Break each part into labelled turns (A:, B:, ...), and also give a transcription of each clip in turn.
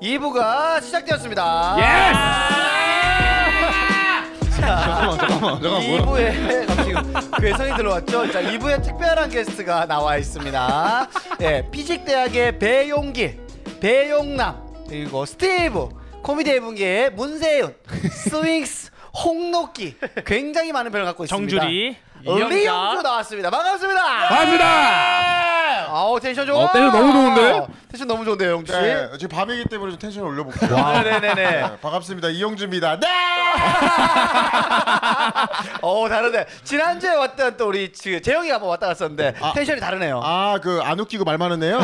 A: 2부가 시작되었습니다.
B: 잠깐만 잠깐만
C: 네.
B: 잠깐만 뭐야?
A: 2부에 갑자기 괴성이 들어왔죠. 자, 2부에 특별한 게스트가 나와 있습니다. 예, 피직대학의 배용길, 배용남, 그리고 스티브, 코미디 해분계의 문세윤, 스윙스, 홍록기 굉장히 많은 별을 갖고 있습니다.
D: 정주리,
A: 리영주 나왔습니다. 반갑습니다.
D: 반갑습니다.
A: 아우 텐션 좋아.
D: 네! 어, 텐션 너무 좋은데?
A: 텐션 너무 좋은데요, 영주 씨.
B: 네, 지금 밤이기 때문에 좀 텐션을 올려볼게요.
A: 네네네.
B: 네, 반갑습니다. 이영주입니다. 네.
A: 어 다르네. 지난주에 왔던 또 우리 지- 재영이 한번 왔다 갔었는데
B: 아.
A: 텐션이 다르네요.
B: 아, 그 안 웃기고 말 많으네요.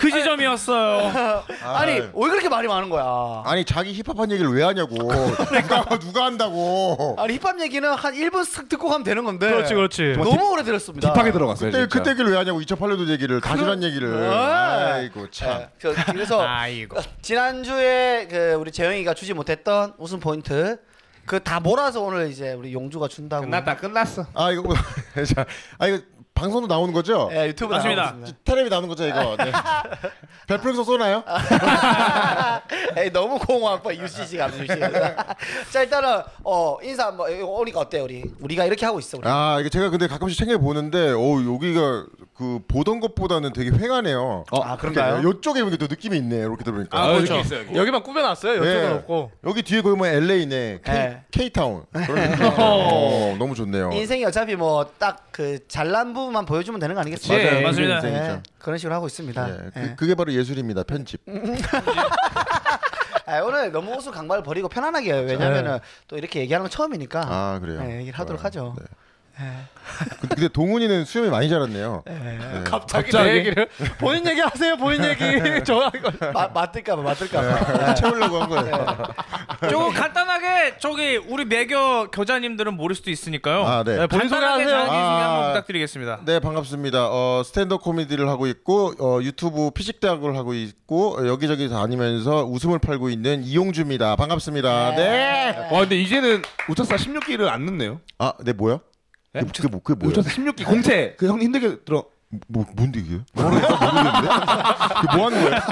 D: 그 시점이었어요.
A: 아, 니왜 그렇게 말이 많은 거야?
B: 아니 자기 힙합한 얘기를 왜 하냐고. 그러니까 누가 누가 한다고.
A: 아니 힙합 얘기는 한 1분 쓱 듣고 가면 되는 건데.
D: 그렇지, 그렇지.
A: 너무 오래 들었습니다.
C: 딥하게 들어갔어요.
B: 그때
C: 진짜. 네.
B: 그때 얘기를 왜 하냐고 2008년도 얘기를 다시란 얘기를.
A: 아.
B: 네. 아이고 참.
A: 저, 그래서
D: 아이고.
A: 지난주에 그 우리 재영이가 주지 못했던 웃음 포인트 그 다 몰아서 오늘 이제 우리 용주가 준다고.
D: 끝났어.
B: 아 이거 자, 아 이거 방송도 나오는 거죠?
C: 네.
A: 예, 유튜브
D: 맞습니다.
A: 나오겠습니다.
B: 텔레비 나오는 거죠 이거. 네. 별풍선 쏘나요?
A: 에이 너무 공허한빠 UCC 감수씨. 자 일단은 어 인사 한번 이거 오니까 어때 우리 우리가 이렇게 하고 있어 우리.
B: 아 이게 제가 근데 가끔씩 챙겨 보는데, 오 여기가 그 보던 것보다는 되게 휑하네요.
A: 아 그런가요?
B: 이쪽에 보니까 또 느낌이 있네. 이렇게 들어보니까.
C: 아,
D: 그렇죠.
C: 여기 있어요, 여기.
D: 여기만 꾸며놨어요. 여쪽은
B: 예.
D: 없고.
B: 여기 뒤에 거의 뭐 LA네
A: 예.
B: K 타운 어, 너무 좋네요.
A: 인생이 어차피 뭐 딱 그 잘난 부분만 보여주면 되는 거 아니겠어요?
B: 그렇죠.
D: 그치. 맞아요. 맞습니다.
B: 이게 인생이죠.
A: 네, 그런 식으로 하고 있습니다.
B: 예,
A: 예.
B: 그, 그게 바로 예술입니다. 편집. 그
A: 아, 오늘 너무 호수 강발 버리고 편안하게 해요. 왜냐면은 또 이렇게 얘기하는 건 처음이니까.
B: 예. 아 그래요.
A: 예, 얘기를 하도록 하죠.
B: 근데, 근데 동훈이는 수염이 많이 자랐네요. 예.
D: 갑자기, 내 얘기를 본인 얘기 하세요. 본인 얘기. 저 이거.
B: 네.
A: 마- 맞을까봐 맞을까봐.
B: 아, 채우려고 한 거예요.
E: 조금 간단하게 저기 우리 매겨 교자님들은 모를 수도 있으니까요.
B: 아, 네.
D: 본인
E: 간단하게
D: 소개하세요.
E: 자기 소개 한번
B: 아.
E: 부탁드리겠습니다.
B: 네 반갑습니다. 어, 스탠드 코미디를 하고 있고 어, 유튜브 피식 대학을 하고 있고 어, 여기저기 다니면서 웃음을 팔고 있는 이용주입니다. 반갑습니다. 네.
C: 와 아, 근데 이제는 우차사 16기를 안 넣네요.
B: 아, 네 뭐야?
C: 예?
B: 그게 뭐 그게 뭐야?
C: 우차사 16기 공채. 그 형 힘들게 들어.
B: 뭐 뭔데 이게? 모르겠다 모르겠는데. 이게 뭐 하는 거야?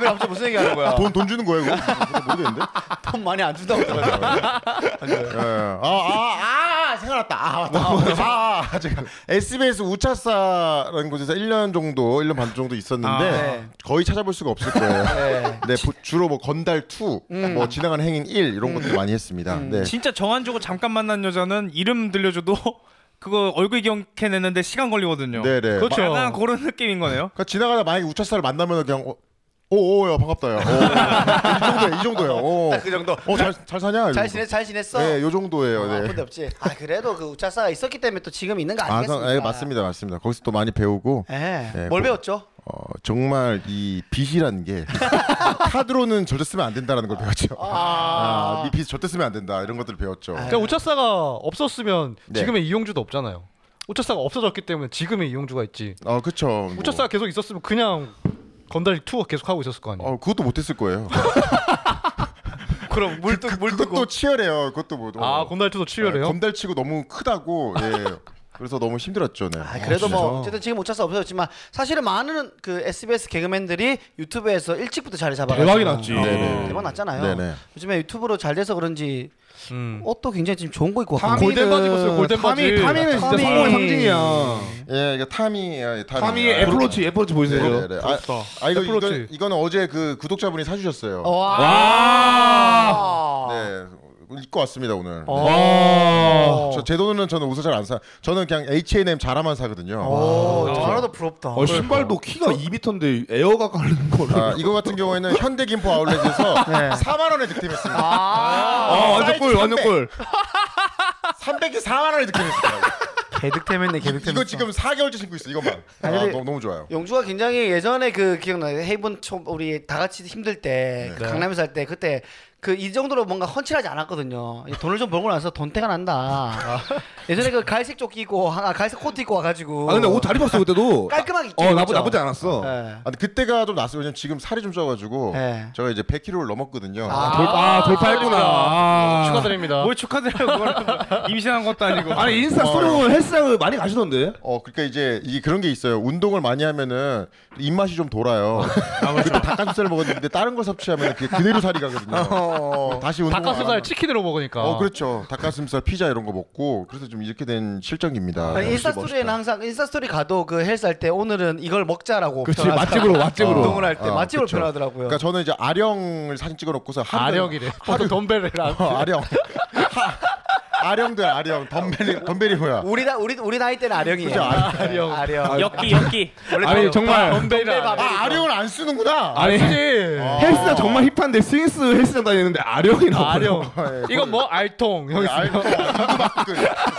A: 왜 갑자기 무슨 얘기하는 거야?
B: 돈 돈 주는 거야 이거? 모르겠는데. 예.
A: 돈 많이 안
B: 아,
A: 준다고 그러더라고요.
B: 뭐.
A: 네.
B: 아아아 생각났다. 아 맞다. 아, 맞다. 아, 아, 제가 SBS 우차사라는 곳에서 1년 정도, 1년 반 정도 있었는데
A: 아, 네.
B: 거의 찾아볼 수가 없을 거예요.
A: 네. 음.
B: 네. 보- 주로 뭐 건달 2, 뭐 지나간 행인 1 이런 것들 많이 했습니다. 네.
E: 진짜 정한 주고 잠깐 만난 여자는 이름 들려줘도 그거 얼굴 기억해내는데 시간 걸리거든요.
B: 네, 네.
E: 그렇죠. 약간 그런 느낌인 거네요.
B: 그러니까 지나가다 만약에 우차사를 만나면 그냥 어, 오오야 반갑다야. 어, 이 정도야, 이 정도야. 어.
A: 딱그 정도.
B: 어잘 잘 사냐?
A: 잘 지내 잘 지냈어?
B: 네, 요 정도예요.
A: 아,
B: 네.
A: 아픈데 없지. 아 그래도 그 우차사가 있었기 때문에 또 지금 있는 거
B: 아,
A: 아니겠습니까?
B: 그- 예, 맞습니다, 맞습니다. 거기서 또 많이 배우고
A: 예.
B: 네,
A: 뭘
B: 뭐-
A: 배웠죠?
B: 어, 정말 이 빚이라는 게 카드로는 절대 쓰면 안 된다라는 걸 배웠죠. 아, 네 빚 절대 쓰면 안 된다 이런 것들을 배웠죠.
A: 아.
D: 그러니까 우차사가 없었으면
B: 네.
D: 지금의 이용주도 없잖아요. 우차사가 없어졌기 때문에 지금의 이용주가 있지.
B: 어, 그쵸. 뭐.
D: 우차사가 계속 있었으면 그냥 건달 투어 계속 하고 있었을 거 아니에요.
B: 어, 그것도 못했을 거예요.
A: 그럼 물뚝
B: 그것도 치열해요. 그것도 뭐.
D: 아
B: 어,
D: 건달 투도 치열해요.
B: 건달 치고 너무 크다고. 예. 그래서 너무 힘들었죠. 네.
A: 아, 그래도 뭐 어쨌든 지금 우차사 없어졌지만 사실은 많은 그 SBS 개그맨들이 유튜브에서 일찍부터 자리 잡아가지고 어,
C: 대박이 났지.
B: 네네.
A: 대박 났잖아요.
B: 네네.
A: 요즘에 유튜브로 잘 돼서 그런지
C: 음.
A: 옷도 굉장히 지금 좋은 거 입고
C: 아,
A: 왔고
D: 골덴 바지 입었어요. 아, 골덴 바지.
C: 타미는 진짜
A: 타미.
C: 성공의 상징이야.
B: 예, 아, 이게 탐이에요. 탐이.
C: 타미의 애플워치 애플워치
B: 네,
C: 보이세요?
B: 네, 네. 아, 아 이거 이거
D: 애플워치.
B: 이거는 어제 그 구독자분이 사주셨어요.
A: 와.
B: 네. 입고 왔습니다 오늘. 네.
D: 와.
B: 저 제 돈은 저는 옷을 잘 안 사. 저는 그냥 H&M 자라만 사거든요.
A: 오, 잘하도 부럽다.
C: 어, 신발도 키가 2m인데 에어가 깔리는 거를.
B: 아, 이거 같은 경우에는 현대 김포 아울렛에서 4만 원에 득템했습니다.
C: 아,
A: 아,
C: 완전 꿀 완전 꿀.
B: 300에 4만 원에 득템했습니다.
A: 개득템했네, 개득템.
B: 이거 지금 4개월째 신고 있어. 이것만. 아,
A: 아니, 근데-
B: 너무, 너무 좋아요.
A: 용주가
C: 네.
A: 굉장히 예전에 그 기억나요. 헤이븐 초 우리 다 같이 힘들 때그 강남에서 그 할 때 그때 그 이 정도로 뭔가 헌칠하지 않았거든요. 돈을 좀 벌고 나서 돈태가
C: 아.
A: 난다. 예전에 그 갈색 조끼 입고 아, 갈색 코트 입고 와가지고.
C: 아 근데 옷 잘 입었어 그때도.
A: 깔끔하게 입죠.
C: 어 나쁘
A: 그렇죠?
C: 나쁘지 않았어.
A: 예.
B: 아, 근데 그때가 좀 낯어요. 왜냐면 지금 살이 좀 쪄가지고
A: 네.
B: 제가 이제 100kg를 넘었거든요.
A: 아.
C: 돌, 아 돌파했구나.
D: 아, 축하드립니다.
E: 뭘 축하드려요 그걸 임신한 것도 아니고
C: 아니 인스타 스토리 보면 헬스장을 많이 가시던데.
B: 어, 그러니까 이제 이게 그런 게 있어요. 운동을 많이 하면은 입맛이 좀 돌아요. 그때 닭가슴살을 먹었는데 다른 걸 섭취하면 그게 그대로 살이 가거든요. 어, 다시 운동.
D: 어, 닭가슴살 치킨으로 먹으니까.
B: 어, 그렇죠. 닭가슴살, 피자 이런 거 먹고 그래서 좀 이렇게 된 실정입니다.
A: 아니, 그러니까 인스타
B: 역시
A: 스토리에는
B: 멋있다.
A: 항상 인스타 스토리 가도 그 헬스 할 때 오늘은 이걸 먹자라고.
C: 그렇지
A: 표현하잖아요. 어.
C: 맛집으로 맛집으로. 어,
A: 운동을 할 때
B: 아,
A: 맛집으로
B: 그쵸.
A: 표현하더라고요.
B: 그러니까 저는 이제 아령을 사진 찍어놓고서
C: 그
B: 하루 종일
D: 아령이래. 보통 덤벨이랑.
B: 어, 아령. 하, 아령들 아령. 덤벨이 덤벨이 뭐야?
A: 우리 나 우리 우리 나이 때는 아령이에요.
B: 그죠,
A: 아령. 아령.
E: 엽기 엽기
C: 아니 정말
D: 덤벨이랑.
B: 아 아령을 안 쓰는구나.
C: 아니
D: 네.
B: 아.
C: 헬스장 정말 힙한데 스윙스 헬스장 다니는데 아령이라고. 네. 아,
D: 아령. 이건 뭐 알통. 여기 있어요.
B: 알고 삼두박근,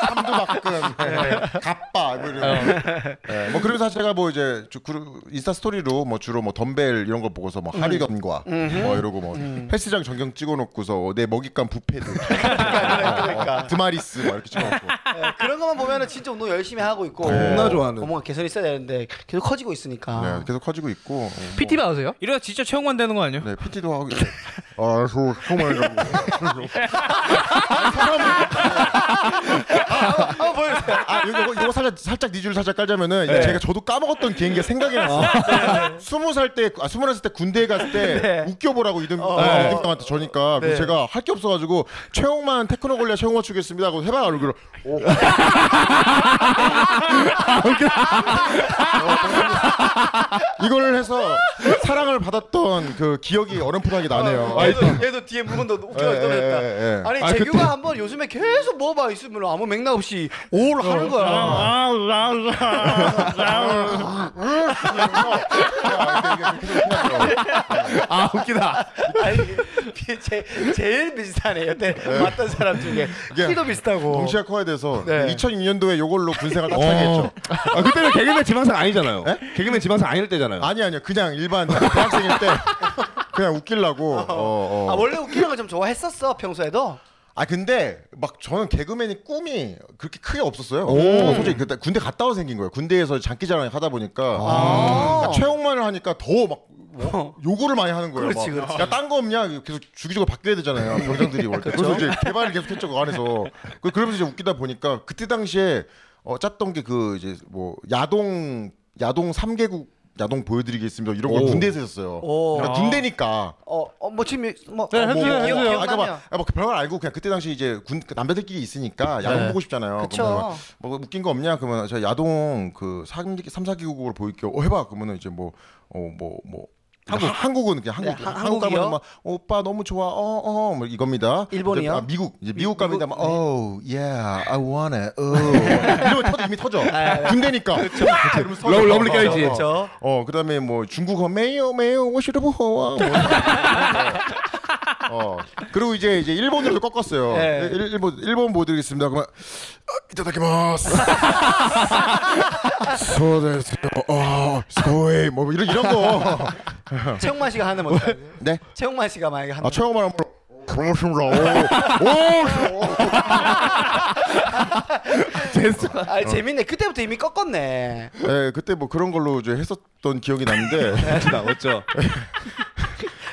B: 삼두박근, 예, 갑바 뭐 이런. 예, 뭐 그러면서 제가 뭐 이제 주- 그루- 인스타 스토리로 뭐 주로 뭐 덤벨 이런 거 보고서 뭐 하리건과 뭐 이러고 뭐 헬스장 전경 찍어놓고서 내 먹잇감 부패들, 어, 드마리스 막 이렇게 찍어놓고.
A: 예, 그런 것만 보면은 진짜 운동 열심히 하고 있고
C: 겁나 좋아하는.
A: 어, 뭔가 개선 있어야 되는데 계속 커지고 있으니까.
B: 네, 계속 커지고 있고. 어, 뭐.
D: PT 받으세요?
E: 이러다 진짜 체육관 되는 거 아니에요?
B: 네, PT도 하고. 있고. 아, 소 정말 좀.
A: 한번 보여주세요.
B: 아, 이거 이거 살짝 살짝 니줄 살짝 깔자면은
A: 네.
B: 이제 제가 저도 까먹었던 기행기가 생각이
A: 아.
B: 났어요. 스무 살 때, 아 스무 살 때 군대에 갔을 때 웃겨보라고 이등
A: 어.
B: 네. 이등당한테 저니까 그래서 제가 할 게 없어가지고 최홍만 테크노골리아 최홍만 추겠습니다 하고 해봐 얼굴을. 오. 어, 이걸 해서 사랑을 받았던 그 기억이 어렴풋하게 나네요.
A: 얘도, 얘도 뒤에 물건 더 아, 웃겨
B: 예,
A: 떠냈다.
B: 예, 예.
A: 아니
C: 아,
A: 재규가
C: 그때-
A: 한번 요즘에 계속 뭐봐 있으면 아무 맥락 없이 올 하는 거야.
D: 아,
B: 아,
C: 아 웃기다.
A: 아니 비- 제, 제일 비슷하네 여태 봤던 사람 중에
B: 이게
A: 키도 비슷하고.
B: 덩치가 커야 돼서
A: 어. 네.
B: 2002년도에 요걸로 군생활 딱
C: 어.
B: 시작했죠.
C: 아 그때는 개그맨 지망생 아니잖아요. 개그맨 지망생 아닐 네? 때잖아요.
B: 아니 아니요 그냥 일반 대학생일 때 그냥 웃기려고. 어, 어.
A: 아 원래 웃기는 걸 좀 좋아했었어 평소에도.
B: 아 근데 막 저는 개그맨이 꿈이 그렇게 크게 없었어요. 어, 솔직히 그때 군대 갔다 와 생긴 거예요. 군대에서 장기자랑 하다 보니까 그러니까 최홍만을 하니까 더 막 요구를 많이 하는 거예요.
A: 어. 그렇지, 그렇지.
B: 야딴 거 없냐? 계속 주기적으로 바뀌어야 되잖아요. 병장들이 올 때. 그래서
A: 그렇죠.
B: 이제 개발을 계속했죠 그 안에서. 그- 그러면서 이제 웃기다 보니까 그때 당시에 어, 짰던 게 그 이제 뭐 야동 야동 3개국 야동 보여드리겠습니다. 이런 걸
C: 오.
B: 군대에서 했어요.
A: 오.
B: 그러니까 군대니까
A: 어뭐 어, 뭐 지금 뭐
D: 네,
A: 어,
D: 해주세요,
A: 뭐, 기억-
D: 해주세요.
A: 기억나네요.
B: 아까 막, 아, 막 별걸 알고 그냥 그때 당시 이제 군 남자들끼리 있으니까 야동 보고 싶잖아요.
A: 그쵸.
B: 그러면 뭐 웃긴 거 없냐? 그러면 저 야동 그 3, 4개국으로 보일게요. 어, 해봐. 그러면은 이제 뭐 어, 뭐, 뭐. 한국 한국은 그냥 한국
A: 네, 한-
B: 한국
A: 한국이요?
B: 가면 막 어, 오빠 너무 좋아 어어 뭐 이겁니다.
A: 일본이요?
B: 이제, 아, 미국 이제 미국
A: 미- 미국,
B: 가면
A: 네.
B: 막 oh yeah I want it. Oh. 이러면 터져 이미 터져
A: 아, 네.
B: 군대니까. 그렇죠.
C: 러블- 러블리 깔지.
A: 그렇죠.
B: 어 그다음에 뭐 중국어 메이오 메이오 오시르부호와 뭐. 어 그리고 이제 이제 일본으로도 꺾었어요.
A: 네.
B: 일, 일본 일본 뭐 보여드리겠습니다. 어, 그만 이따다키마스. 소데스요. 어 소이 뭐 이런 이런 거.
A: 최홍만 씨가 하는 뭐?
B: 네.
A: 최홍만 씨가 만약에 하는.
B: 아 최영만 한번. 그렇습니다. 오, 오,
A: 아
B: 어.
A: 재밌네. 그때부터 이미 꺾었네.
B: 오. 예, 그때 뭐 그런 걸로 이제 했었던 기억이 나는데.
C: 웃기다 웃죠.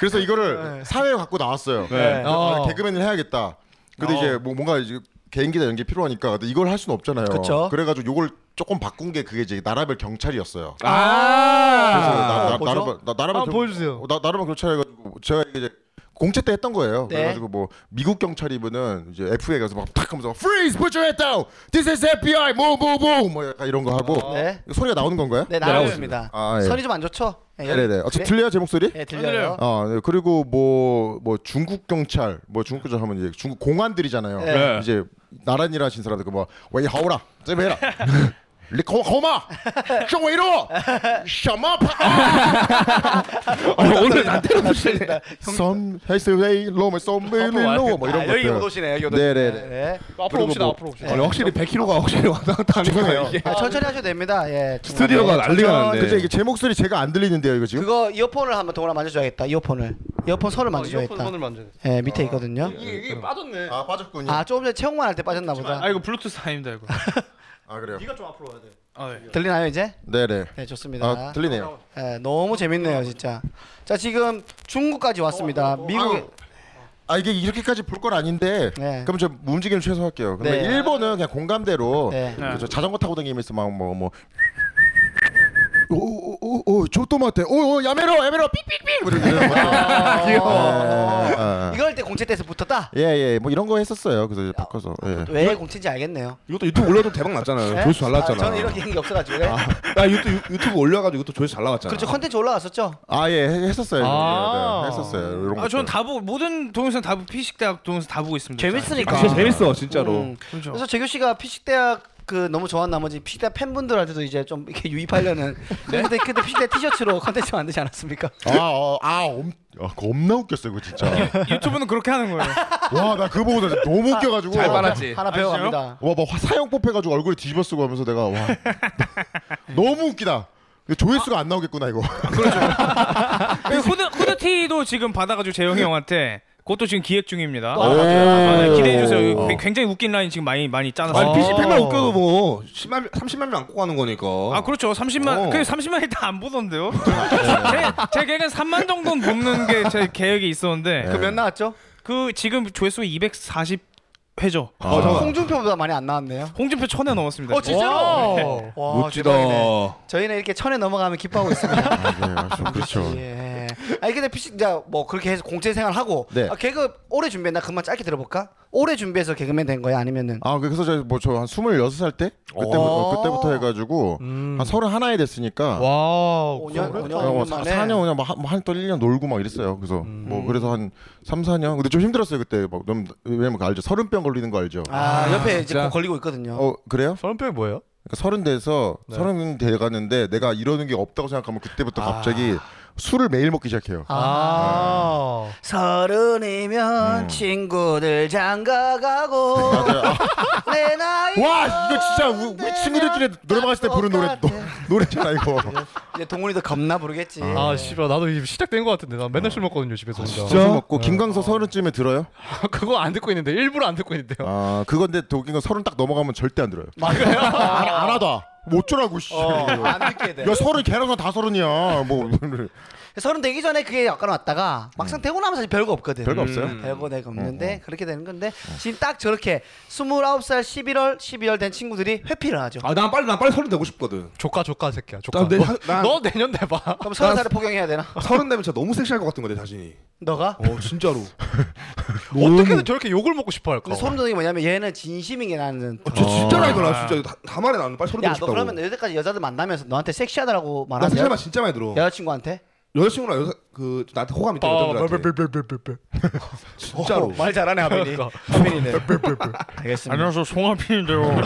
B: 그래서 이거를 사회에 갖고 나왔어요.
C: 네.
B: 그래서 아, 개그맨을 해야겠다. 근데 이제 뭐 뭔가 이제 개인기다 연기 필요하니까 근데 이걸 할 수는 없잖아요.
A: 그쵸.
B: 그래가지고 요걸 조금 바꾼 게 그게 이제 나라별 경찰이었어요. 그래서
C: 아.
A: 어,
B: 나, 나, 나라별 나, 나라별
D: 아, 보여주세요.
B: 나, 나라별 경찰이가지고 제가 이제 공채 때 했던 거예요.
A: 네.
B: 그래가지고 뭐 미국 경찰이면은 이제 FA 가서 막탁 하면서 freeze put your head down this is FBI move move move 뭐 약간 이런 거 하고
A: 네.
B: 이거 소리가 나오는 건가요?
A: 네 나왔습니다.
B: 아, 예.
A: 선이 좀 안 좋죠? 예, 열-
B: 네네. 어째 들려요 제 목소리?
A: 예 들려요.
B: 아, 네. 그리고 뭐 뭐 중국 경찰, 뭐 중국 경찰 하면 이제 중국 공안들이잖아요.
C: 네.
B: 이제 나란 일하신 사람들 그뭐왜 하오라, 제베라, 리코 호마, 쇼웨이로, 샤마파,
C: 아, 오늘 나한테 웃으시네.
B: 섬 헤스웨이 로마 뭐 섬베리로 뭐
A: 아,
B: 이런
A: 여기
B: 것들.
A: 오도시네. 여기
B: 네,
A: 오도시네.
B: 네,
A: 네.
D: 앞으로 옵시다.
B: 뭐-
D: 앞으로 옵시다.
C: 아니, 확실히 100kg가 확실히 왔다 갔다 하는 거예요.
A: 아, 천천히 하셔도 됩니다. 예. 중간에.
B: 아,
C: 스튜디오가 난리가 났네.
B: 근데 이게 제 목소리 제가 안 들리는데요 이거 지금?
A: 그거 이어폰을 한번 동원아 만져줘야겠다. 이어폰을. 이어폰 선을
D: 어,
A: 만져야
D: 이어폰
A: 했다.
D: 선을 만져.
A: 예, 밑에 있거든요.
C: 이게, 이게 빠졌네.
B: 아 빠졌군요.
A: 아, 조금 전에 채용만 할 때 빠졌나 보다.
E: 아 이거 블루투스 아닙니다 이거.
B: 아 그래요.
D: 네가 좀 앞으로 와야 돼.
E: 아, 네.
A: 들리나요, 이제?
B: 네네.
A: 네, 좋습니다.
B: 아 들리네요.
A: 예, 너무 재밌네요, 진짜. 자, 지금 중국까지 왔습니다. 미국
B: 아 이게 이렇게까지 볼 건 아닌데
A: 네.
B: 그럼 저 움직임 최소할게요. 그러면
A: 네.
B: 일본은 그냥 공감대로
A: 네.
B: 그저 자전거 타고 다니면서 막뭐뭐 오오오 조또마테 오오 야메로 야메로 삐삐삐 뭐 이런 거.
A: 아, 예. 어,
B: 어, 네.
A: 이걸 때 공채 때에서 붙었다.
B: 예예 뭐 이런 거 했었어요. 그래서 이제 바꿔서 예.
A: 왜 공채인지 알겠네요.
C: 이것도 유튜브 올려도 대박 났잖아요.
A: 예?
C: 조회수 잘
A: 아,
C: 나왔잖아.
A: 저는 이런 기억이 없어가지고. 예.
C: 아 유튜브 유튜브 올려가지고 이것도 조회수 잘 나왔잖아.
A: 그렇죠, 컨텐츠 올라갔었죠.
B: 아예 했었어요.
D: 아.
B: 네, 네, 했었어요. 이런 거.
E: 아 저는 다 보고 모든 동영상 다 보고 피식 대학 동영상 다 보고 있습니다.
A: 재밌으니까.
C: 아, 진짜 재밌어 진짜로.
A: 그러니까. 음.
E: 그렇죠.
A: 그래서 재규 씨가 피식대학 그 너무 좋아한 나머지 피식대학 팬분들한테도 이제 좀 이렇게 유입하려는 그때 그때 피식대학 티셔츠로 컨텐츠 만들지 않았습니까?
B: 아, 어, 아, 엄, 아, 겁나 웃겼어요, 그거 진짜.
E: 유튜브는 그렇게 하는 거예요.
B: 와, 나 그거 보고 나 진짜 너무 웃겨가지고.
E: 아, 잘 빨았지.
A: 어, 하나 배워갑니다.
B: 와, 막 화- 사형 뽑혀가지고 얼굴 뒤집어 쓰고 하면서 내가 와, 너무 웃기다. 근데 조회수가 안 나오겠구나 이거.
E: 그 후드 후드티도 지금 받아가지고 재영이 형한테 그것도 지금 기획 중입니다.
A: 아,
E: 아, 네, 기대해 주세요.
B: 오.
E: 굉장히 웃긴 라인 지금 많이 많이
C: 아니
E: 짜놨어요.
C: PC 팩만 웃겨도 뭐 10만 30만 명 안고 가는 거니까.
E: 아 그렇죠. 30만
C: 어.
E: 그 30만이 다 안 보던데요. 제, 제 계획은 3만 정도는 뽑는 게 제 계획이 있었는데
B: 네.
A: 그 몇 나왔죠?
E: 그 지금 조회수 240 회죠.
B: 어, 잠깐만.
A: 홍준표보다 많이 안 나왔네요.
E: 홍준표 천에 넘었습니다.
A: 아. 어 진짜로? 네. 와,
C: 멋지다.
A: 대박이네. 저희는 이렇게 천에 넘어가면 기뻐하고 있습니다.
B: 아, 네, 그렇죠.
A: 예. 아니 근데 피식 자, 뭐 그렇게 해서 공채 생활하고
B: 네.
A: 아, 개그 오래 준비했나 그만 짧게 들어볼까? 오래 준비해서 개그맨 된 거야 아니면은
B: 아 그래서 저 뭐 저 한 26살 때 어, 그때부터
A: 오.
E: 아.
B: 그때부터 해가지고
E: 음.
B: 한 서른 하나에
C: 아.
B: 됐으니까
D: 와.
A: 5년 5년,
B: 어, 뭐
A: 5년
B: 사-
A: 만에
B: 4년 그냥 뭐한또 1년 놀고 막 이랬어요. 그래서
E: 음.
B: 뭐 그래서 한 3, 4년. 근데 좀 힘들었어요, 그때. 막 너무 왜냐면 그거 알죠. 서른병 걸리는 거 알죠?
A: 아 옆에 이제
D: 진짜?
A: 걸리고 있거든요.
B: 어, 그래요?
D: 서른병이 뭐예요?
B: 그러니까 서른 돼서 서른 돼 가는데 내가 이러는 게 없다고 생각하면 그때부터 갑자기 술을 매일 먹기 시작해요.
D: 아.
A: 서른이면
B: 음.
A: 친구들 장가가고 내 나이
B: 와, 이거 진짜 우- 우리 친구들끼리 노래방 갔을 때 부른 노래 노, 노래잖아 이거.
A: 이제 동훈이도 겁나 부르겠지.
D: 아 씨발 나도 이제 시작된 것 같은데 나 맨날 술 먹거든요 집에서 혼자.
B: 술 먹고 김광석 서른쯤에 들어요?
D: 그거 안 듣고 있는데 일부러 안 듣고 있는데요.
B: 아, 그건데 독인 건 서른 딱 넘어가면 절대 안 들어요. 맞아요. 안 하다. 뭐 어쩌라고 씨.
A: 안 듣게 돼.
B: 야 서른 개라서 다 서른이야. 뭐 오늘
A: 서른 되기 전에 그게 약간 왔다가 막상 되고 나면 사실 별거 없거든. 음.
B: 음. 별거 없어요? 음.
A: 별거 내가 없는데 그렇게 되는 건데 지금 딱 저렇게 29살 11월 12월 된 친구들이 회피를 하죠.
C: 아난 빨리 난 빨리 서른 되고 싶거든.
D: 조카 조카 새끼야 조카.
C: 난 내-
D: 너,
C: 난-
D: 너 내년 돼봐.
A: 그럼 서른 살을 포경해야 되나?
C: 서른 되면 진짜 너무 섹시할 것 같은 거내 자신이.
A: 너가?
C: 어 진짜로.
D: 어떻게든 저렇게 욕을 먹고 싶어 할까.
A: 근데 소름 돋는 게 뭐냐면 얘는 진심인 게 나는.
C: 어, 저 진짜로 이거 나 진짜 다, 다 말해 나는 빨리 서른 되고
A: 아. 야너
C: 싶다고.
A: 그러면 여태까지 여자들 만나면서 너한테 섹시하다라고
C: 나
A: 말하는
C: 섹시한
A: 여-
C: 말 진짜 많이 들어.
A: 여자친구한테?
C: 여자친구랑 여자 그 나한테 호감
A: 어,
C: 있다
D: 아,
C: 여자들한테.
D: 뺄뺄뺄뺄뺄.
C: 진짜로.
A: 말 잘하네 하빈이.
D: 그러니까.
A: 하빈이네. 알겠습니다.
E: 안녕하세요 송하빈인데요.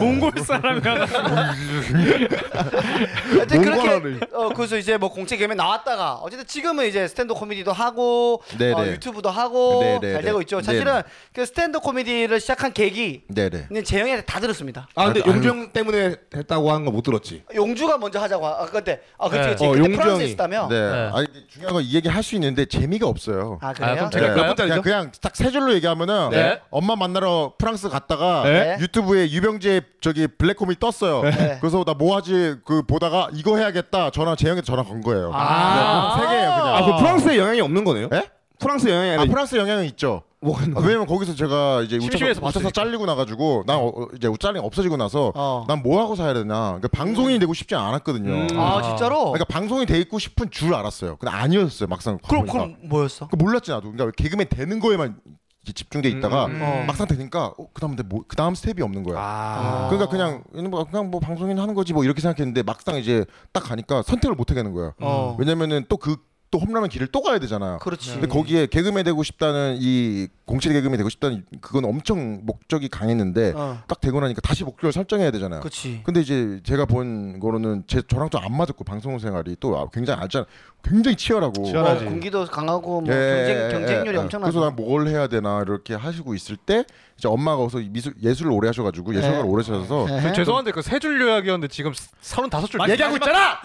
E: 몽골 사람이야.
B: 그
A: 하여튼
B: 뭔가를.
A: 그렇게 어 그래서 이제 뭐 공채 개면 나왔다가 어쨌든 지금은 이제 스탠드 코미디도 하고
B: 네네.
A: 어, 유튜브도 하고
B: 네네.
A: 잘 되고 있죠. 사실은
B: 네네.
A: 그 스탠드 코미디를 시작한 계기는
B: 네네.
A: 재영이한테 다 들었습니다.
C: 아 근데 용주 형 때문에 했다고 하는 거 못 들었지.
A: 용주가 먼저 하자고 하- 아 그때 아 그치
D: 네.
A: 그치
C: 어,
A: 그때
C: 용주
A: 프랑스
C: 형이.
A: 있었다며.
B: 네. 아니 근데 중요한 건 이 얘기 할 수 있는데 재미가 없어요. 네.
A: 아
D: 아,
A: 그래요?
D: 그럼 제가-
B: 그냥,
D: 될까요?
B: 그냥, 그냥 딱 세 줄로 얘기하면은
D: 네.
B: 엄마 만나러 프랑스 갔다가
A: 네.
B: 유튜브에 유병재 저기 블랙홈이 떴어요.
A: 네.
B: 그래서 나 뭐 하지 그 보다가 이거 해야겠다. 전화 재영이한테 전화 건 거예요.
A: 아.
B: 네, 세 개예요 그냥.
C: 아 그 프랑스의 영향이 없는 거네요?
B: 예?
C: 프랑스 영향이
B: 아,
C: 아니라
B: 프랑스 영향은 있죠.
C: 뭐 하는
B: 아,
C: 거야?
B: 왜냐면 거기서 제가 이제
D: 심심해서
B: 우차사, 우차사
D: 봤으니까.
B: 잘리고 나가지고 난 어, 어, 이제 우차링 없어지고 나서
A: 어.
B: 난 뭐 하고 살아야 되냐. 그러니까 방송인이 되고 싶지 않았거든요.
A: 아 진짜로?
B: 그러니까 방송이 돼 있고 싶은 줄 알았어요. 근데 아니었어요. 막상
A: 그럼
B: 보니까.
A: 그럼 뭐였어?
B: 그 몰랐지 나도. 그러니까 개그맨 되는 거에만 이제 집중돼 있다가
A: 어.
B: 막상 되니까 어, 그다음 뭐, 그다음 스텝이 없는 거야.
A: 아.
B: 그러니까 그냥 뭐, 그냥 뭐 방송인 하는 거지 뭐 이렇게 생각했는데 막상 이제 딱 가니까 선택을 못 하게 되는 거야.
A: 어.
B: 왜냐면은 또 그 또 또 홈런은 길을 또 가야 되잖아요.
A: 그렇지. 음.
B: 근데 거기에 개그맨 되고 싶다는 이 공칠 개그맨 되고 싶다는 그건 엄청 목적이 강했는데
A: 어.
B: 딱 되고 나니까 다시 목적을 설정해야 되잖아요.
A: 그렇지.
B: 근데 이제 제가 본 거로는 제 저랑 좀 안 맞았고 방송 생활이 또 아, 굉장히 알잖아. 굉장히 치열하고.
C: 치열하고.
A: 어,
C: 편하지.
A: 공기도 강하고 뭐
B: 예,
A: 경쟁 경쟁률이
B: 예, 예.
A: 엄청나죠.
B: 그래서 난 뭘 해야 되나 이렇게 하시고 있을 때 이제 엄마가 어서 미술 예술을 오래 하셔가지고 예술가를 오래 하셔서
A: 예.
D: 저 죄송한데 그 세 줄 요약이었는데 지금 35줄
E: 아니,
D: 얘기하고 있잖아.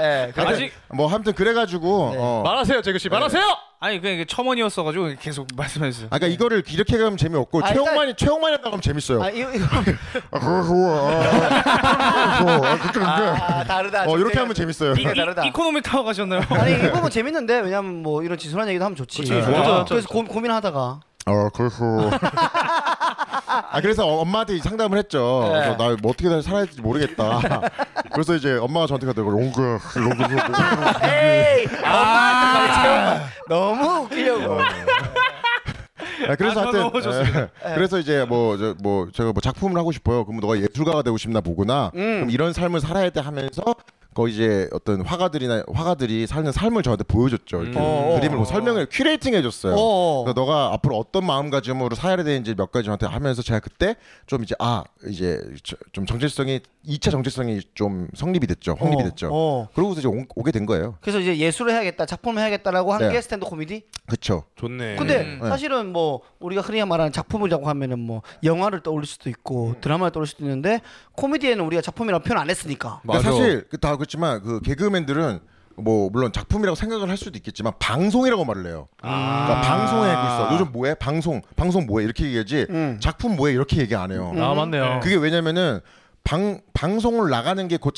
A: 예, 그래.
E: 아직
B: 뭐
A: 네.
B: 아무튼 그래가지고 어.
D: 말하세요, 재규 씨. 말하세요.
E: 아니 그냥 이게 첨언이었어가지고 계속 말씀해 주세요.
B: 아, 그러니까 이거를 이렇게 가면 재미없고
A: 아,
B: 최홍만이 최홍만이 하다 가면 재밌어요.
A: 아, 이거, 이거.
B: 아, 그거 좋아. 아, 그거 좋아. 아, 그거 좋아.
A: 아, 다르다.
B: 어 이렇게
A: 정체가-
B: 하면 재밌어요.
E: 이,
A: 다르다.
E: 이, 이코노미 타워 가셨나요?
A: 아니 이 부분 재밌는데 왜냐면 뭐 이런 지순한 얘기도 하면 좋지.
B: 그치, 좋아.
A: 그래서, 그래서 고, 고민하다가
B: 어 그래서 아 그래서 어, 엄마한테 상담을 했죠.
A: 네.
B: 그래서 나 뭐 어떻게 다시 살아야 될지 모르겠다. 그래서 이제 엄마가 저한테 가더라고 롱그 롱그 롱그.
A: 에이 엄마 너무 웃기려고.
B: 어, 아, 그래서
E: 아,
B: 하여튼
E: 너무 좋습니다.
B: 예. 그래서 이제 뭐 저 뭐 제가 뭐 작품을 하고 싶어요. 그럼 너가 예술가가 되고 싶나 보구나. 그럼 이런 삶을 살아야 돼 하면서 거 이제 어떤 화가들이나 화가들이 사는 삶을 저한테 보여줬죠. 이렇게
A: 어, 어.
B: 그림을 뭐 설명을 큐레이팅 해줬어요.
A: 어, 어.
B: 그래서 너가 앞으로 어떤 마음가짐으로 살아야 되는지 몇 가지 저한테 하면서 제가 그때 좀 이제 아 이제 저- 좀 정체성이 2차 정체성이 좀 성립이 됐죠. 확립이
A: 어,
B: 됐죠.
A: 어.
B: 그러고서 이제 오, 오게 된 거예요.
A: 그래서 이제 예술을 해야겠다, 작품을 해야겠다라고 한
B: 네.
A: 게 스탠드 코미디.
B: 그렇죠.
C: 좋네.
A: 근데
E: 음.
A: 사실은 뭐 우리가 흔히 말하는 작품이라고 하면은 뭐 영화를 떠올릴 수도 있고
B: 음.
A: 드라마를 떠올릴 수도 있는데 코미디에는 우리가 작품이라고 표현 안 했으니까.
B: 그러니까 사실 그다 그렇지만 그 개그맨들은 뭐 물론 작품이라고 생각을 할 수도 있겠지만 방송이라고 말을 해요.
C: 아.
B: 그러니까 방송에 하고 있어. 요즘 뭐해? 방송. 방송 뭐해? 이렇게 얘기하지.
A: 음.
B: 작품 뭐해? 이렇게 얘기 안 해요.
D: 아 맞네요.
B: 그게 왜냐면은 방 방송을 나가는 게 곧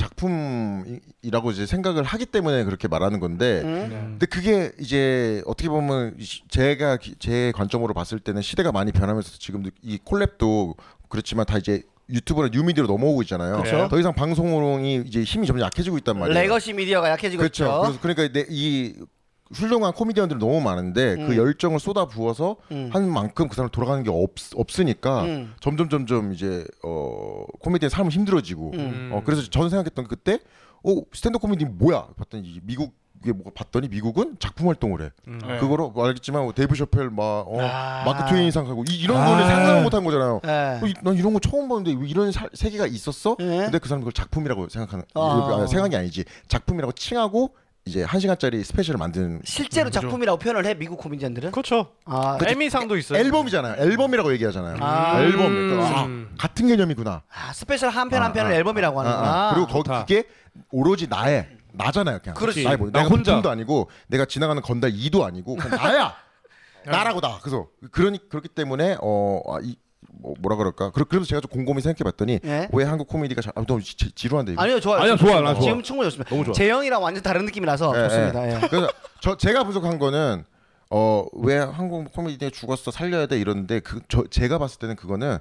B: 작품이라고 이제 생각을 하기 때문에 그렇게 말하는
A: 음?
B: 건데. 근데 그게 이제 어떻게 보면 시- 제가 기- 제 관점으로 봤을 때는 시대가 많이 변하면서 지금 이 콜랩도 그렇지만 다 이제 유튜브나 뉴미디어로 넘어오고 있잖아요.
D: 그쵸.
B: 더 이상 방송이 이제 힘이 점점 약해지고 있단 말이에요.
A: 그렇죠. 레거시 미디어가 약해지고
B: 그렇죠.
A: 있죠.
B: 그래서 그러니까 내, 이 훌륭한 코미디언들이 너무 많은데
A: 음.
B: 그 열정을 쏟아 부어서 한 만큼 그 사람 돌아가는 게 없, 없으니까
A: 음.
B: 점점 점점 이제 어 코미디의 삶은 힘들어지고
A: 음.
B: 어 그래서 저는 생각했던 그때 어 스탠드 코미디 뭐야 봤더니 이 미국 이게 뭐가 봤더니 미국은 작품 활동을 해. 그거로 뭐 알겠지만 뭐 데이브 셔펠 막 어,
A: 네. 아.
B: 마크 트웨인 상하고 이, 런 거를 상상을 못한 거잖아요.
A: 예.
B: 어, 이- 난 이런 거 처음 보는데 왜 이런 사- 세계가 있었어?
A: 예.
B: 근데 그 사람 그걸 작품이라고 생각하는
A: 아.
B: 아, 생각이 아니지 작품이라고 칭하고 이제 한 시간짜리 스페셜을 만드는
A: 실제로 작품이라고 표현을 해 미국 코미디언들은.
D: 그렇죠.
A: 아,
D: 에미상도 있어요.
B: 앨범이잖아요. 앨범이라고 얘기하잖아요.
A: 아.
B: 앨범. 그러니까 아, 같은 개념이구나.
A: 아, 스페셜 한 편 한
B: 아,
A: 편을
B: 아,
A: 앨범이라고
B: 아,
A: 하는구나.
B: 아. 그리고 거기 그게 오로지 나의 나잖아요. 그냥.
A: 그렇지.
B: 나의 뭐,
C: 나
B: 내가
C: 혼자.
B: 혼자도 아니고 내가 지나가는 건달 2도 아니고 그냥 나야. 나라고 나. 그래서 그러니 그렇기 때문에 어 아, 이, 뭐, 뭐라 그럴까? 그래- 그래서 제가 좀 곰곰이 생각해봤더니
A: 예?
B: 왜 한국 코미디가 잘, 아, 너무 지, 지- 지루한데 이거.
A: 아니요 좋아요.
C: 아니요,
A: 지금
C: 좋아요. 난 좋아.
A: 지금 충분히 좋습니다.
C: 너무 좋아.
A: 제형이랑 완전 다른 느낌이라서
B: 예,
A: 좋습니다.
B: 예.
A: 예.
B: 그래서 저 제가 분석한 거는 어 왜 한국 코미디에 죽었어 살려야 돼 이러는데 그 저 제가 봤을 때는 그거는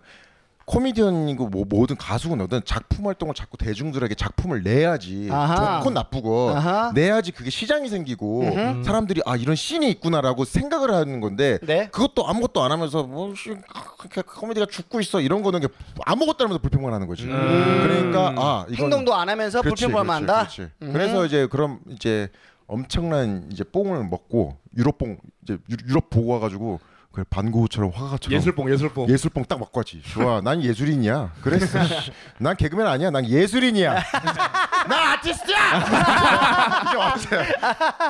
B: 코미디언이고 뭐 뭐든 가수건 뭐든 작품 활동을 자꾸 대중들에게 작품을 내야지
A: 아하.
B: 좋건 나쁘건
A: 아하.
B: 내야지 그게 시장이 생기고 사람들이 아 이런 씬이 있구나라고 생각을 하는 건데
A: 네.
B: 그것도 아무것도 안 하면서 뭐 씨, 그렇게 코미디가 죽고 있어 이런 거는 그냥 아무것도 안 하면서 불평만 하는 거지
A: 음.
B: 그러니까 아 이건
A: 행동도 안 하면서
B: 그렇지,
A: 불평불만
B: 그렇지,
A: 한다. 음.
B: 그렇지. 그래서 이제 그럼 이제 엄청난 이제 뽕을 먹고 유럽 뽕 이제 유- 유럽 보고 와가지고 그래 반고우처럼 화가처럼
C: 예술봉 예술봉.
B: 아. 예술뽕 딱 먹고 왔지. 좋아, 난 예술인이야. 그랬어. 씨. 난 개그맨 아니야. 난 예술인이야. 나 아티스트야. 이제 왔어요.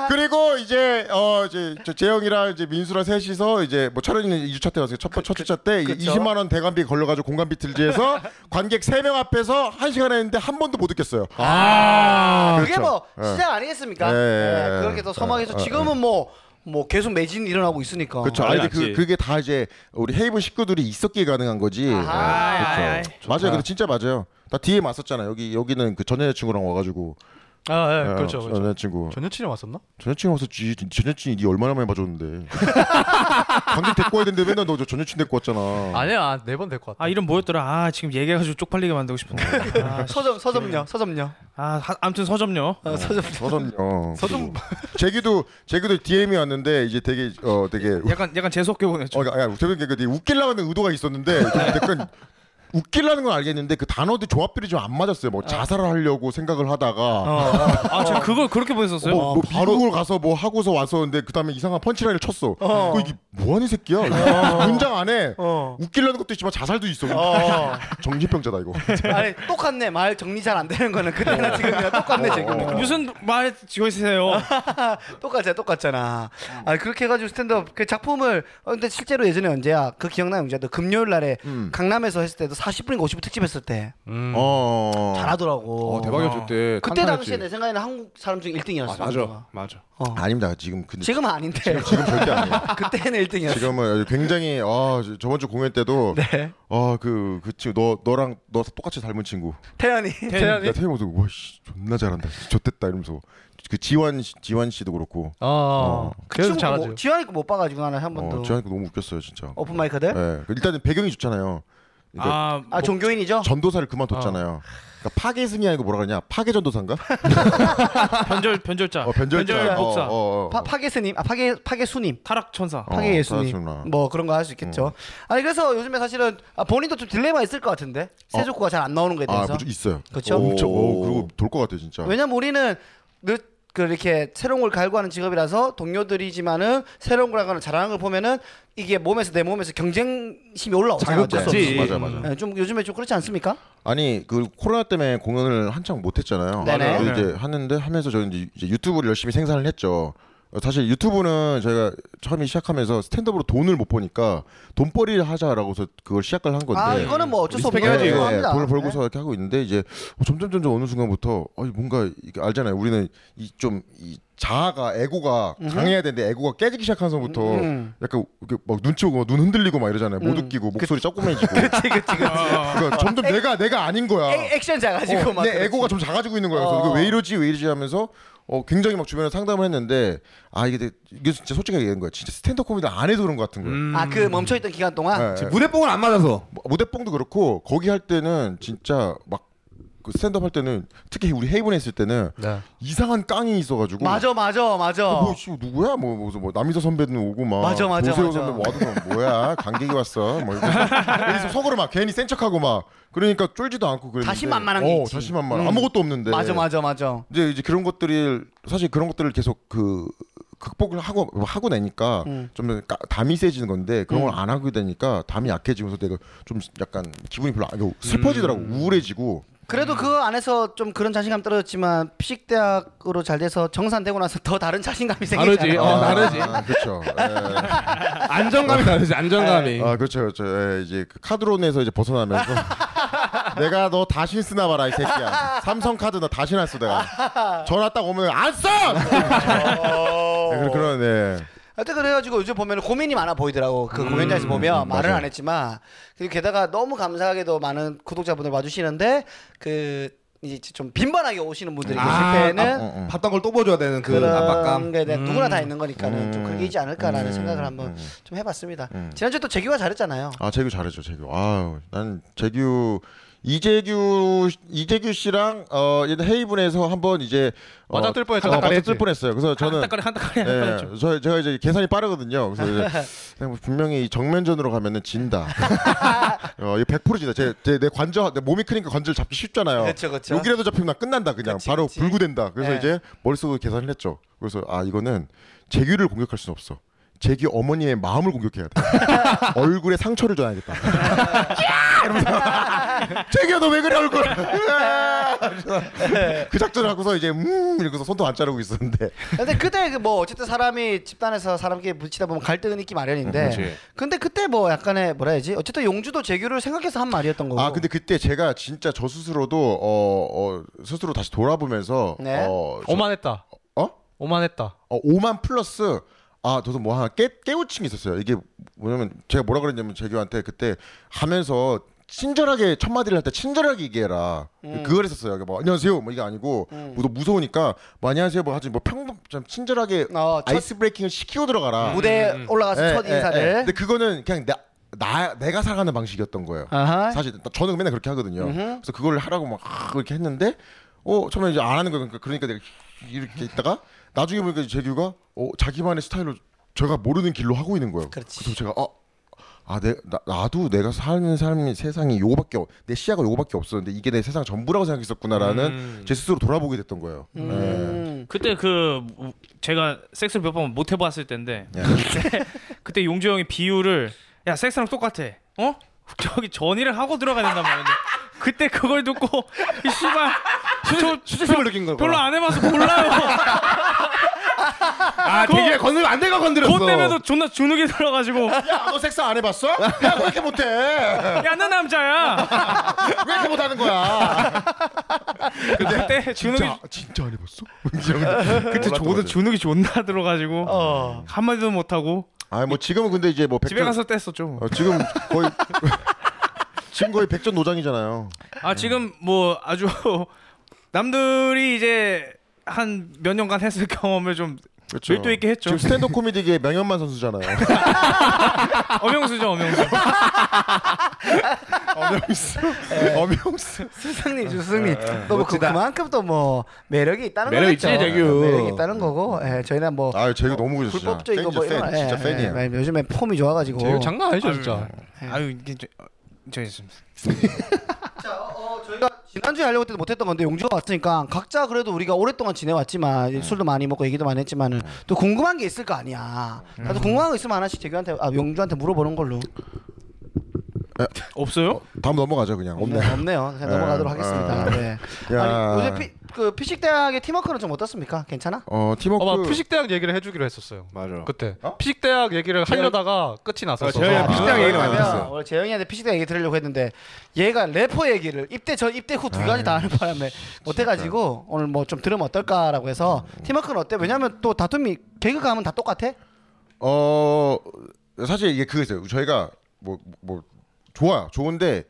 B: 그리고 이제 어 이제 저 재영이랑 이제 민수랑 셋이서 이제 뭐 철현이는 2주차 때 왔어요. 첫첫 주차 때
A: 그쵸.
B: 20만 원 대관비 걸려가지고 공간비 틀지에서 관객 세 명 앞에서 한 시간 했는데 한 번도 못 웃겼어요.
A: 아, 그게
B: 그렇죠.
A: 뭐 시작 아니겠습니까?
B: 예, 예,
A: 예,
B: 예.
A: 그렇게 더 서망에서
B: 예, 예.
A: 지금은 뭐 뭐 계속 매진이 일어나고 있으니까.
B: 그렇죠.
C: 난리
B: 아니 그
C: 났지.
B: 그게 다 이제 우리 헤이븐 식구들이 있었기에 가능한 거지.
A: 아하.
B: 예, 그렇죠.
E: 아이, 아이,
B: 맞아요. 근데 진짜 맞아요. 나 뒤에 맞섰잖아. 여기 여기는 그 전 여자친구랑 와가지고
D: 아
B: 예,
D: 예, 그렇죠.
B: 전
D: 그렇죠.
B: 여자친구
D: 전 여친이 왔었나?
B: 전 여친이 없었지. 전 여친이 니 얼마나 많이 봐줬는데. 관객 데리고 와야 되는데 맨날 너 저 전 여친 데리고 왔잖아.
D: 아니야 네 번 될 것 같아.
E: 아 이름 뭐였더라? 아 지금 얘기해가지고 쪽팔리게 만들고 싶은데. 아, 씨.
A: 서점 서점녀 서점녀.
E: 아 하- 아무튼 서점요.
A: 어, 서점.
B: 서점요.
D: 서점-
B: 제기도 제기도 DM이 왔는데 이제 되게 어 되게
E: 약간 약간 재수없게 보냈죠.
B: 그, 어, 야, 야, 웃겨, 웃겨, 웃겨. 웃기려고 하는 의도가 있었는데, 약간 웃기려는 건 알겠는데 그 단어들 조합들이 좀 안 맞았어요. 뭐 자살을 하려고 생각을 하다가
E: 아, 제가 그걸 그렇게 보냈었어요.
B: 뭐, 뭐 미국을 가서 뭐 하고서 왔었는데 그 다음에 이상한 펀치라인을 쳤어. 그거 이게 뭐하는 새끼야? 문장 안에 웃기려는 것도 있지만 자살도 있어. 정신병자다 이거.
A: 아니 똑같네 말 정리 잘 안 되는 거는 그때나 지금이나 똑같네
B: 어,
A: 지금
E: 무슨 말 지고 있으세요?
A: 똑같아 똑같잖아 아 그렇게 해가지고 스탠드업 그 작품을 어, 근데 실제로 예전에 언제야 그 기억나 영재야 너 금요일 날에
B: 음.
A: 강남에서 했을 때도 40분인가 50분 특집 했을 때
B: 어.
A: 잘하더라고
C: 대박이었죠 어. 그때.
A: 그때 당시에 내 생각에는 한국 사람 중에 1등이었어
C: 맞아 맞아.
B: 아닙니다. 지금 근데
A: 지금은 아닌데
B: 지금 절대 아니에요.
A: 그때는 1등이었어
B: 지금은 굉장히 아 저- 저번 주 공연 때도 아그그 친구 너 너랑 너 똑같이 닮은 친구
A: 태연이
B: 태연이 태연 보면서 와씨 존나 잘한다 좋됐다 이러면서 그 지원 씨- 지원 씨도 그렇고
D: 어.
A: 그
D: 그래서
A: 친구
D: 잘하죠.
A: 뭐, 지환이 거못 봐가지고 하나 한 번도 네?
B: 어, 지원이 너무 웃겼어요 진짜
A: 오픈 마이크 들
B: 예, 그 일단은 배경이 좋잖아요 그러니까
E: 아,
A: 아 종교인이죠
B: 전도사를 그만뒀잖아요 그러니까 파괴승이 아니고 뭐라 그러냐 파괴 전도사인가
E: 변절 변절자.
B: 어, 변절자
E: 복사.
B: 어, 어, 어.
A: 파, 파괴스님 아 파괴 파괴수님
E: 타락 천사.
B: 어,
A: 파괴 예수님
B: 그렇구나.
A: 뭐 그런 거 할 수 있겠죠.
B: 음.
A: 아니 그래서 요즘에 사실은 아, 본인도 좀 딜레마 있을 것 같은데 세조코가 잘 안 나오는 거에
B: 아
A: 대해서.
B: 그죠, 있어요
A: 그쵸?
B: 엄청 어, 그리고 돌 것 같아요 진짜
A: 왜냐면 우리는 늘 그 이렇게 새로운 걸 갈고 하는 직업이라서 동료들이지만은 새로운 걸 하거나 잘하는 걸 보면은 이게 몸에서 내 몸에서 경쟁심이 올라오잖아요. 어쩔 수 없이.
E: 자극적이지.
B: 맞아 맞아
A: 예, 좀 요즘에 좀 그렇지 않습니까?
B: 아니 그 코로나 때문에 공연을 한창 못했잖아요.
A: 네네.
B: 그래서 이제 하는데 하면서 저는 이제 이제 유튜브를 열심히 생산을 했죠. 어, 사실 유튜브는 저희가 처음에 시작하면서 스탠드업으로 돈을 못 보니까 돈벌이 하자라고 해서 그걸 시작을 한 건데.
A: 아 이거는 뭐 어쩔 수 없는
B: 네,
A: 거라고
B: 네,
A: 합니다.
B: 돈을 벌고서 이렇게 하고 있는데 이제 뭐 점점 점점 어느 순간부터 어, 뭔가 이게 알잖아요. 우리는 이 좀 이 자아가 에고가 강해야 되는데 에고가 깨지기 시작한 순부터
A: 음.
B: 약간 이렇게 막 눈치 오고 막눈 흔들리고 막 이러잖아요. 못 웃기고 목소리 조그매지고.
A: 그치 그치 그치.
B: 그러니까 점점 내가 내가 아닌 거야.
A: 예, 액- 액션 작아지고
B: 어,
A: 막.
B: 내
A: 그렇지.
B: 에고가 좀 작아지고 있는 거예요. 그래서
A: 어.
B: 이거 왜 이러지 왜 이러지 하면서 어, 굉장히 막 주변에 상담을 했는데 아 이게 되게- 이게 진짜 솔직하게 얘기한 거야. 진짜 스탠드 코미디 안 해서 그런 것 같은 거예요.
A: 아그 멈춰있던 기간 동안.
B: 예, 예.
C: 무대뽕은 안 맞아서.
B: 뭐, 무대뽕도 그렇고 거기 할 때는 진짜 막. 그 스탠드업 할 때는 특히 우리 헤이븐에 있을 때는 이상한 깡이 있어가지고
A: 네. 맞아 맞아 맞아.
B: 어, 뭐, 씨, 누구야 뭐 무슨 뭐 남이서 선배는 오고 막
A: 맞아, 맞아,
B: 도세호
A: 맞아.
B: 선배 와도 막 뭐야 관객이 왔어 뭐 이러면서 그래서 속으로 막 괜히 센 척하고 막 그러니까 쫄지도 않고 그랬는데
A: 다시 만만한 게
B: 어,
A: 있지.
B: 다시 네. 만만
A: 음.
B: 아무것도 없는데
A: 맞아 맞아 맞아.
B: 이제 이제 그런 것들을 사실 그런 것들을 계속 그 극복을 하고 하고 나니까
D: 음.
B: 좀 까- 담이 세지는 건데 그런 걸 안 하게 되니까 담이 약해지면서 내가 좀 약간 기분이 별로 안 이거 슬퍼지더라고
D: 음.
B: 우울해지고
A: 그래도 그 안에서 좀 그런 자신감 떨어졌지만 피식대학으로 잘 돼서 정산되고 나서 더 다른 자신감이
D: 다르지.
A: 생기잖아요.
D: 어, 다르지.
B: 아, 그렇죠 예.
C: 안정감이 다르지 안정감이.
B: 아 그렇죠 그렇죠 예, 이제 그 카드론에서 이제 벗어나면서 내가 너 다시 쓰나 봐라 이 새끼야 삼성 카드 나 다시 안써 내가 전화 딱 오면 안써
D: 어.
B: 예, 그런 그런 예.
A: 하여튼 그래가지고 요즘 보면 고민이 많아 보이더라고. 그 공연장에서 보면 말을
B: 음, 맞아요.
A: 안 했지만 그리고 게다가 너무 감사하게도 많은 구독자분들 와주시는데 그 이제 좀 빈번하게 오시는 분들이 계실 때는
B: 아, 어, 어.
C: 봤던 걸 또 보여줘야 되는 그
A: 그런
C: 압박감.
A: 게 그냥 누구나 다 있는 거니까는 좀
B: 음.
A: 그게 있지 않을까라는
B: 음.
A: 생각을 한번
B: 음.
A: 좀 해봤습니다.
B: 음.
A: 지난주에 또 재규가 잘했잖아요.
B: 아 재규 잘해줘 재규. 아난 재규 이재규 이재규 씨랑 어 얘네 헤이븐에서 한번 이제 어,
D: 맞아 뜰 뻔했죠.
B: 어, 맞아
D: 딱딱했지.
B: 뜰 뻔했어요. 그래서 저는
E: 한따까리 한따까리
B: 예,
E: 한따까리 했죠.
B: 저 제가 이제 계산이 빠르거든요. 그래서 이제 그냥 뭐 분명히 이 정면전으로 가면은 진다. 어, 이거 100% 진다. 제 내 관절 내 몸이 크니까 관절 잡기 쉽잖아요.
A: 그쵸, 그쵸.
B: 여기라도 잡히면 나 끝난다 그냥
A: 그치,
B: 바로
A: 그치.
B: 불구된다. 그래서
A: 예.
B: 이제 머릿속으로 계산을 했죠. 그래서 아 이거는 재규를 공격할 수는 없어. 재규 어머니의 마음을 공격해야 돼. 얼굴에 상처를 줘야겠다. 야! 이러면서 재규야 너 왜 그래 얼굴?
A: 예.
B: 그 작전을 하고서 이제 음 이러고서 손도 안 자르고 있었는데
A: 근데 그때 그뭐 어쨌든 사람이 집단에서 사람끼리 부딪히다 보면 갈등은 있기
B: 음,
A: 마련인데 근데 그때 뭐 약간의 뭐라 해야지 어쨌든 용주도 재규를 생각해서 한 말이었던 거고
B: 아 근데 그때 제가 진짜 저 스스로도 어, 어 스스로 다시 돌아보면서
A: 네.
B: 어, 저-
D: 오만했다.
B: 어?
D: 오만했다.
B: 어, 오만 플러스 아, 저도 뭐 하나 깨, 깨우친 게 있었어요. 이게 뭐냐면 제가 뭐라 그랬냐면 재규한테 그때 하면서 친절하게 첫 마디를 할 때 친절하게 얘기해라.
A: 음.
B: 그걸 했었어요. 이게 뭐 안녕하세요 뭐 이게 아니고 뭐너 무서우니까 뭐 안녕하세요 뭐 하지 뭐 평범 좀 친절하게
A: 어, 첫-
B: 아이스 브레이킹을 시키고 들어가라.
A: 무대에 올라가서
B: 예,
A: 첫
B: 예,
A: 인사를
B: 예. 근데 그거는 그냥 나, 나 내가 살아가는 방식이었던 거예요.
A: 아하.
B: 사실 나- 저는 맨날 그렇게 하거든요. 그래서 그걸 하라고 막 그렇게 했는데 어 처음에 이제 안 하는 거예요. 그러니까, 그러니까 내가 이렇게 있다가 나중에 보니까 재규가 어 자기만의 스타일로 제가 모르는 길로 하고 있는 거예요.
A: 그렇지.
B: 래서 제가 아 아, 내, 나, 도 내가 사는 삶이 세상이 요거밖에 없, 내 시야가 요거밖에 없었는데 이게 내 세상 전부라고 생각했었구나라는
E: 음.
B: 제 스스로 돌아보게 됐던 거예요. 네.
A: 음.
E: 그때 그 우- 제가 섹스를 몇 번 못 해봤을 텐데
B: 예.
E: 그때 용주 형이 비유를 야 섹스랑 똑같아 어 저기 전의를 하고 들어가야 된단 말인데 그때 그걸 듣고 이 씨발 저
C: 수치심을 느낀 거고.
E: 별로 안 해봐서 몰라요
C: 아,
E: 그거-
C: 되게 건드면 안 되가 건드렸어.
E: 그 때문에도 존나 주눅이 들어가지고
B: 야, 너 섹스 안 해봤어? 야, 왜 이렇게 못해? 왜
E: 야 너
C: 아,
E: 남자야
B: 이렇게 못하는 거야?
E: 그때 주눅이
B: 진짜, 진짜 안 해봤어? 이러면서
E: 그때
B: 몰랐던
E: 저도
B: 거지.
E: 주눅이 존나 들어가지고
A: 어.
E: 한마디도 못하고
B: 아니 뭐 지금은 근데 이제 뭐
E: 집에
B: 백전-
E: 가서 뗐었죠
B: 어, 지금 거의 지금 거의 백전 노장이잖아요.
E: 아 지금 뭐 아주 남들이 이제 한 몇 년간 했을 경험을 좀
B: 그렇죠.
E: 밀도 있게 했죠.
B: 지금 스탠드 코미디계 명현만 선수잖아요.
E: 엄영수죠 엄영수
B: 엄영수, 네. 엄영수. 어,
A: 스승님, 스승님. 또뭐 그, 그만큼 또 뭐 매력이 있다는
C: 매력
A: 거겠죠. 네,
C: 있지, 재규.
A: 매력이 있다는 거고. 예, 저희는 뭐
B: 아, 제가 너무 그죠.
A: 불법적인 거 뭐 이런
B: 팬,
A: 거, 예,
B: 진짜
A: 예,
B: 팬이에요.
A: 예, 요즘에 폼이 좋아가지고.
D: 제육 장난 아니죠
E: 아유,
D: 진짜.
B: 네.
E: 아유 이게 저, 저 있습니다.
A: 자, 어, 어, 저희가 지난주에 하려고 해도 못했던 건데 용주가 왔으니까 각자 그래도 우리가 오랫동안 지내왔지만
B: 음.
A: 술도 많이 먹고 얘기도 많이 했지만은 또 궁금한 게 있을 거 아니야. 나도
B: 음.
A: 궁금한 거 있으면 하나씩 재규한테 아 용주한테 물어보는 걸로.
E: 없어요?
B: 다음 넘어가죠 그냥. 없네.
A: 네, 없네요. 그냥
B: 예,
A: 넘어가도록
B: 예.
A: 하겠습니다. 네.
B: 야.
A: 아니 요새 피, 그 피식 대학의 팀워크는 좀 어떻습니까? 괜찮아?
B: 어 팀워크.
D: 어막 피식대학 얘기를 해주기로 했었어요.
C: 맞아.
D: 그때
B: 어?
D: 피식대학 얘기를 하려다가 끝이 났었어.
C: 어, 제가
A: 아,
C: 피식 대학 얘기를 많이
A: 왜냐면
C: 했어요.
A: 원래 재영이한테 피식 대학 얘기 들으려고 했는데 얘가 래퍼 얘기를 입대 전 입대 후 두
B: 아,
A: 가지 다 하는 바람에 못해가지고 오늘 뭐 좀 들으면 어떨까라고 해서
B: 음.
A: 팀워크는 어때? 왜냐면 또 다툼이 개그가 하면 다
B: 네.
A: 똑같아?
B: 어 사실 이게 그거였어요. 저희가 뭐 뭐 좋아요. 좋은데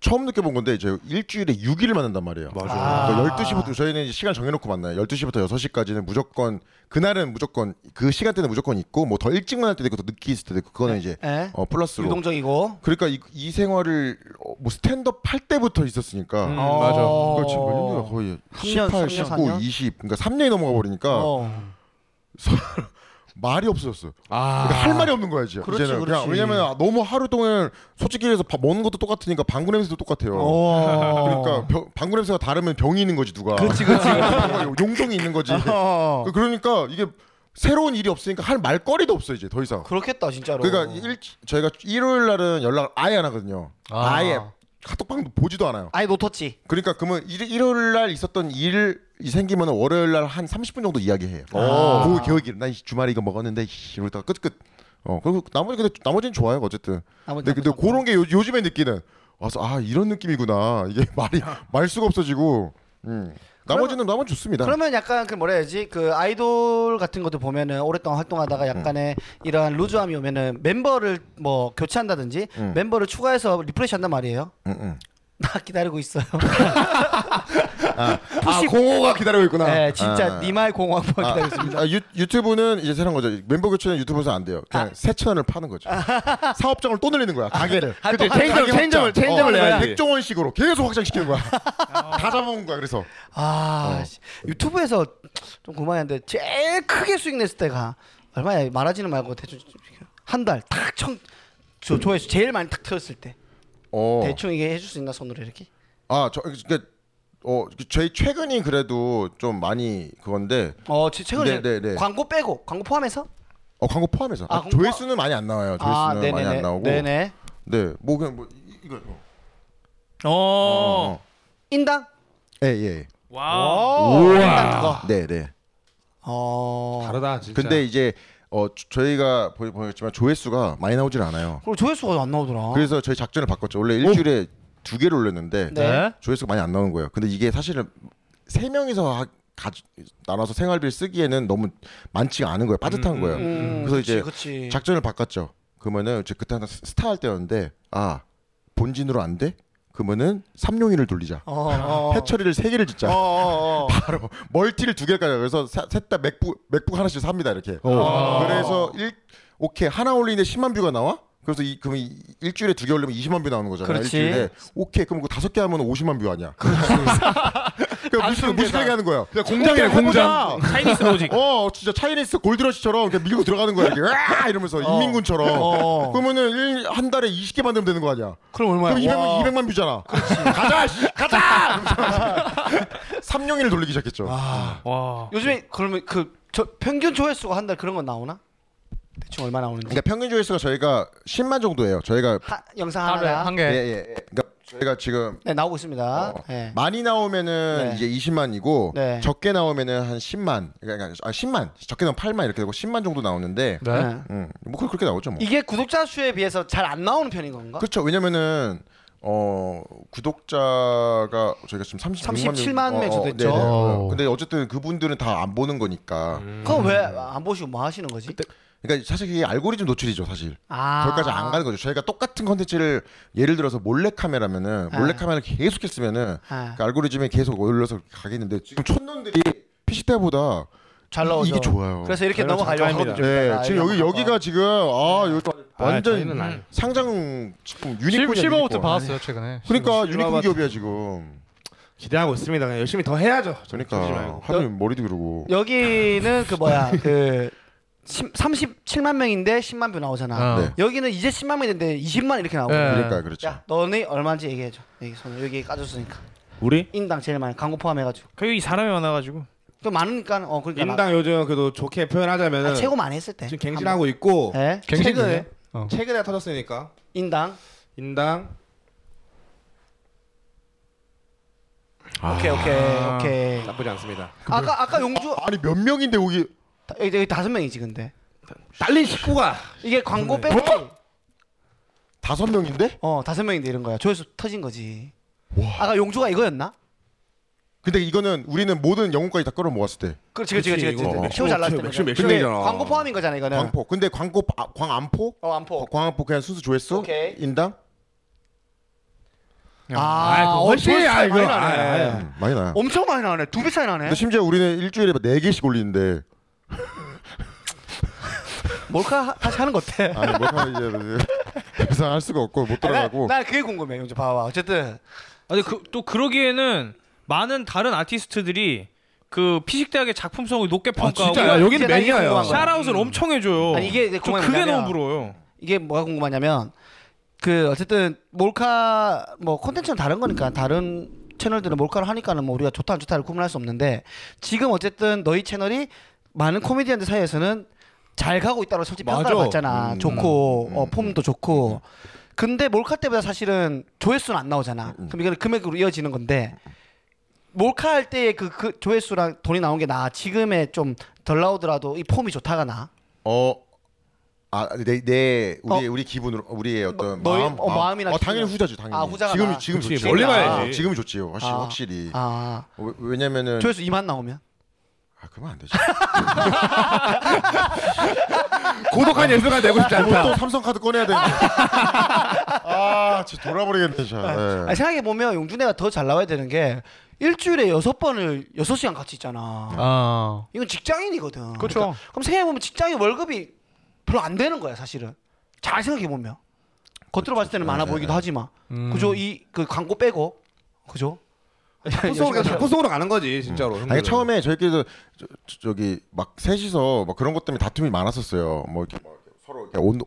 B: 처음 느껴본 건데 이제 일주일에 6일을 만난단 말이에요. 맞아.
A: 아.
B: 12시부터 저희는 이제 시간 정해놓고 만나요. 12시부터 6시까지는 무조건 그날은 무조건 그 시간대는 무조건 있고 뭐 더 일찍 만날 때도 있고 더 늦게 있을 때도 있고 그거는 이제
A: 예.
B: 어 플러스로.
A: 유동적이고.
B: 그러니까 이, 이 생활을 어, 뭐 스탠드업 할 때부터 있었으니까.
E: 음,
A: 어.
E: 맞아.
B: 그러니까 지금 몇 년이야? 거의
A: 삼 년,
B: 18,
A: 삼 년,
B: 19,
A: 삼 년?
B: 20. 그러니까 3년이 넘어가 버리니까
A: 어.
B: 말이 없어졌어.
D: 아
B: 그러니까 할 말이 없는 거야 이제.
A: 그렇지,
B: 이제는
A: 그렇지.
B: 그냥 왜냐면 너무 하루 동안 솔직히 해서 밥 먹는 것도 똑같으니까 방구 냄새도 똑같아요.
A: 어.
B: 그러니까 병- 방구 냄새가 다르면 병이 있는 거지 누가.
A: 그렇지, 그렇지.
B: 용종이 있는 거지.
A: 어.
B: 그- 그러니까 이게 새로운 일이 없으니까 할 말거리도 없어 이제 더 이상.
A: 그렇겠다 진짜로.
B: 그러니까 일, 저희가 일요일 날은 연락을 아예 안 하거든요.
D: 아.
B: 아. 예 카톡방도 보지도 않아요.
A: 아예 노터치.
B: 그러니까 그러면 일, 일요일 날 있었던 일이 생기면 월요일 날 한 30분 정도 이야기해요. 그 기억이 난 주말에 이거 먹었는데 씨, 이러다가 끝끝. 어 그리고 나머지 근데 나머지는 좋아요 어쨌든.
A: 나머지
B: 근데 근데
A: 나머지
B: 그런 게 요, 요즘에 느끼는 와서 아 이런 느낌이구나 이게 말이 말 수가 없어지고. 음. 나머지는 나머지 좋습니다.
A: 그러면 약간 그 뭐라 해야지 그 아이돌 같은 것도 보면은 오랫동안 활동하다가 약간의
B: 음.
A: 이러한 루즈함이 오면은 멤버를 뭐 교체한다든지 멤버를 추가해서 리프레시한단 말이에요.
B: 음, 음.
A: 나 기다리고 있어요.
B: 아 공호가 기다리고 있구나.
A: 네, 진짜
B: 아.
A: 니말 공학번
B: 아,
A: 기다리고 있습니다.
B: 아, 유, 유튜브는 이제 새로운 거죠. 멤버 교체는 유튜브에서 안 돼요.
A: 아.
B: 그냥 새 채널을 파는 거죠. 사업장을 또 늘리는 거야. 가게를.
A: 아,
C: 그때
A: 또-
C: 체인점을 체인점을
A: 어,
C: 체인점을 내야지.
B: 백종원식으로 계속 확장시키는 거야. 다 잡아먹은 거야. 그래서
A: 아
B: 어.
A: 씨. 유튜브에서 좀 그만했는데 제일 크게 수익 냈을 때가 얼마야 말하지는 말고 대충 한 달탁청저 조회수 제일 많이 탁 터졌을 때
B: 어.
A: 대충 이게 해줄 수 있나 손으로 이렇게
B: 아, 저 그러니까 어, 그 저희 최근이 그래도 좀 많이 그건데
A: 어 최- 최근에
B: 네, 네, 네.
A: 광고 빼고 광고 포함해서
B: 어, 광고 포함해서
A: 아,
B: 아,
A: 광고 포함-
B: 조회수는 많이 안 나와요. 조회수는 많이 안 나오고.
A: 네네.
B: 네. 뭐 그냥 뭐 이- 이거 어.
E: 어.
A: 인당.
B: 예, 예.
E: 와우.
A: 인당 그거.
B: 네, 네.
A: 어.
D: 다르다 진짜.
B: 근데 이제 어, 저- 저희가 보- 보였지만 조회수가 많이 나오질 않아요.
A: 그리고 조회수가 안 나오더라.
B: 그래서 저희 작전을 바꿨죠. 원래 일주일에 두 개를 올렸는데
A: 아. 네.
B: 조회수가 많이 안 나오는 거예요. 근데 이게 사실은 세 명이서 하- 가- 나눠서 생활비를 쓰기에는 너무 많지가 않은 거예요. 빠듯한 거예요.
A: 음,
B: 그래서 이제
A: 그치, 그치.
B: 작전을 바꿨죠. 그러면은 제 그때 하나 스- 스타 할 때였는데 아 본진으로 안 돼? 그러면은 삼룡이를 돌리자.
A: 어, 어.
B: 해처리를 세 개를 짓자.
A: 어, 어, 어.
B: 바로 멀티를 두 개까지 그래서 셋 다 맥북 맥북 하나씩 삽니다 이렇게. 그래서 일 오케이 하나 올리는데 10만 뷰가 나와? 그래서 이 그럼 이- 일주일에 두 개 올리면 20만 뷰 나오는 거잖아.
A: 그렇지.
B: 일주일에 오케이 그럼 그 다섯 개 하면 50만 뷰 아니야? 그렇지. 그냥 무슨 무슨 얘기하는 거야?
C: 공장이래 공장.
E: 차이니스 로직.
B: 어 진짜 차이니스 골드러시처럼 그냥 밀고 들어가는 거야 이렇게 으아! 이러면서 인민군처럼
A: 어.
B: 그러면은 일, 한 달에 20개 만들면 되는 거 아니야
A: 그럼 얼마야?
B: 그럼 200만,
A: 와.
B: 200만 뷰잖아 가자 씨, 가자 삼룡이를 돌리기 시작했죠
A: 아.
B: 어,
E: 와.
A: 요즘에 그러면 그 저 평균 조회수가 한 달 그런 건 나오나? 대충 얼마 나오는지?
B: 그러니까 평균 조회수가 저희가 10만 정도예요 저희가
A: 하, 영상
D: 하루에
A: 하나
D: 한
B: 예,
D: 개.
B: 예, 예. 그러니까 저희가 지금 어,
A: 네 나오고 있습니다. 네.
B: 많이
A: 네.
B: 나오면은 이제 20만이고
A: 네. 적게
B: 적게 나오면은 한 10만 그러니까 아 10만 적게 나오면 8만 이렇게 되고 10만 정도 나오는데
A: 네.
B: 음뭐 그렇게 나오죠 뭐
A: 이게 구독자 수에 비해서 잘 안 나오는 편인 건가?
B: 그렇죠. 왜냐면은 어 구독자가 저희가 지금 36만 어,
A: 37만 명 정도 됐죠.
B: 네네.
D: 오.
B: 근데 어쨌든 그분들은 다 안 보는 거니까.
A: 그럼 왜 안 보시고 뭐 하시는 거지?
B: 음. 그러니까 사실 이게 알고리즘 노출이죠, 사실.
A: 아.
B: 거기까지 안 가는 거죠. 저희가 똑같은 컨텐츠를 예를 들어서 몰래 카메라면은 몰래 카메라를 계속 했으면은
A: 아.
B: 그 알고리즘에 계속 올려서 가겠는데 지금 촌놈들이 PC 때보다
A: 잘 나오죠.
B: 이게 좋아요.
A: 그래서 이렇게
E: 별로
A: 넘어가려고
E: 잠깐입니다.
A: 하거든요.
B: 네,
A: 아,
B: 지금 여기
A: 이거
B: 여기가 지금 아
A: 네.
B: 여기 완전
C: 저희는 아니.
B: 상장 지금
D: 실-
B: 유니콘
D: 실버부터 받았어요 최근에.
B: 그러니까 유니콘 기업이야 지금.
C: 기대하고 있습니다. 그냥 열심히 더 해야죠.
B: 그러니까 하루 머리도 그러고
A: 여기는 그 뭐야 그 10, 37만 명인데 10만 뷰 나오잖아.
D: 어.
B: 네.
A: 여기는 이제 10만 명인데 20만 이렇게 나오고.
D: 네.
B: 그러니까 그렇죠.
A: 야 너네 얼마인지 얘기해줘. 여기 손 여기 까줬으니까
C: 우리
A: 인당 제일 많이 광고 포함해가지고.
E: 그이 사람이 많아가지고.
A: 또 많으니까 어 그러니까 나-
C: 인당 요즘 그래도 좋게 표현하자면은
A: 아, 최고 많이 했을 때.
C: 지금 갱신하고 있고
A: 한 번. 예.
D: 갱신
C: 최근에
D: 중이에요? 어.
C: 최근에 터졌으니까
A: 인당.
C: 인당 아.
A: 오케이 오케이 오케이.
C: 나쁘지 않습니다.
A: 아까 아까 용주
B: 아니 몇 명인데 여기
A: 다- 여기, 여기 다섯 명이지 근데
C: 딸린 식구가
A: 이게 광고 빼고
B: 다섯 명인데?
A: 어 다섯 명인데 이런 거야. 조회수 터진 거지. 아까 용주가 이거였나?
B: 근데 이거는 우리는 모든 영혼까지 다 끌어 모았을 때
A: 그렇지 그렇지 그렇지.
C: 그치, 이거
A: 그렇지.
C: 몇
A: 쇼 잘났을 때.
C: 몇 쇼, 몇
A: 근데
C: 쇼잖아.
A: 광고 포함인 거잖아 이거는.
B: 광포. 근데 광고 아, 광안포?
A: 네. 어 안포.
B: 어, 광안포 그냥 순수 조회수
A: 오케이.
B: 인당
A: 아, 어,
C: 훨씬
A: 조회수
C: 아, 이거
A: 많이 나네. 어.
C: 아, 아,
B: 음, 많이 나요.
A: 엄청 많이 나네. 두 배 차이 나네.
B: 근데 심지어 우리는 일주일에 막네 개씩 올리는데
A: 몰카 하- 다시 하는 거 어때?
B: 아니 뭐가 이제 이상 할 수가 없고 못 돌아가고
A: 난 그게 궁금해. 용주 봐봐. 어쨌든
E: 아니 그또 그러기에는 많은 다른 아티스트들이 그 피식대학의 작품성을 높게 평가하고
C: 진짜야 여기는
A: 이제 나 이게
C: 매니아야.
A: 궁금한 거야.
E: 샤라웃을 엄청 해줘요.
A: 아니, 이게 이제
E: 어. 저
A: 궁금한
E: 그게
A: 거냐면-
E: 너무 부러워요.
A: 이게 뭐가 궁금하냐면 그 어쨌든 몰카 뭐 콘텐츠는 다른 거니까 다른 채널들은 몰카를 하니까는 뭐 우리가 좋다 안 좋다를 구분할 수 없는데 지금 어쨌든 너희 채널이 많은 코미디언들 사이에서는 잘 가고 있다고 솔직히
C: 맞아.
A: 평가를 받잖아
B: 음.
A: 좋고 어, 폼도 좋고 근데 몰카 때보다 사실은 조회수는 안 나오잖아
B: 음.
A: 그럼 이거는 금액으로 이어지는 건데 몰카 할 때의 그, 그 조회수랑 돈이 나온 게 나 지금의 좀 덜 나오더라도 이 폼이 좋다가 나
B: 어. 아내내 네, 우리 우리 기분으로 우리의 어떤
A: 어. 너희-
B: 마음,
A: 어, 마음이나
B: 어, 당연히
A: 기분.
B: 후자지 당연히
A: 아, 후자가
B: 지금
A: 나.
B: 지금
C: 그치,
B: 좋지
C: 멀리
B: 아,
C: 가야지.
B: 지금이 좋지요 확실,
A: 아.
B: 확실히
A: 아
B: 어, 왜- 왜냐면은
A: 조회수 2만 나오면
B: 아 그러면 안 되지
C: 고독한 예술가 되고 싶지
B: 뭐
C: 않다.
B: 또 삼성 카드 꺼내야 되는데. 아, 진짜 돌아버리겠네, 진짜. 예.
A: 생각해 보면 용준애가 더 잘 나와야 되는 게 일주일에 여섯 번을 여섯 시간 같이 있잖아.
D: 아.
A: 이건 직장인이거든. 그러니까
D: 그렇죠.
A: 그럼 생각해 보면 직장인 월급이 별로 안 되는 거야 사실은. 잘 생각해 보면 겉으로 봤을 때는
B: 네.
A: 많아 보이기도 하지만
B: 음.
A: 그죠 이 그 광고 빼고 그죠. 아,
C: 코스로
A: 열심히
C: 코스로 가는 거지 진짜로.
B: 아니 처음에 저희끼리도 저, 저, 기막 셋이서 막 그런 것 때문에 다툼이 많았었어요. 뭐 이렇게 막 서로 이렇게 온도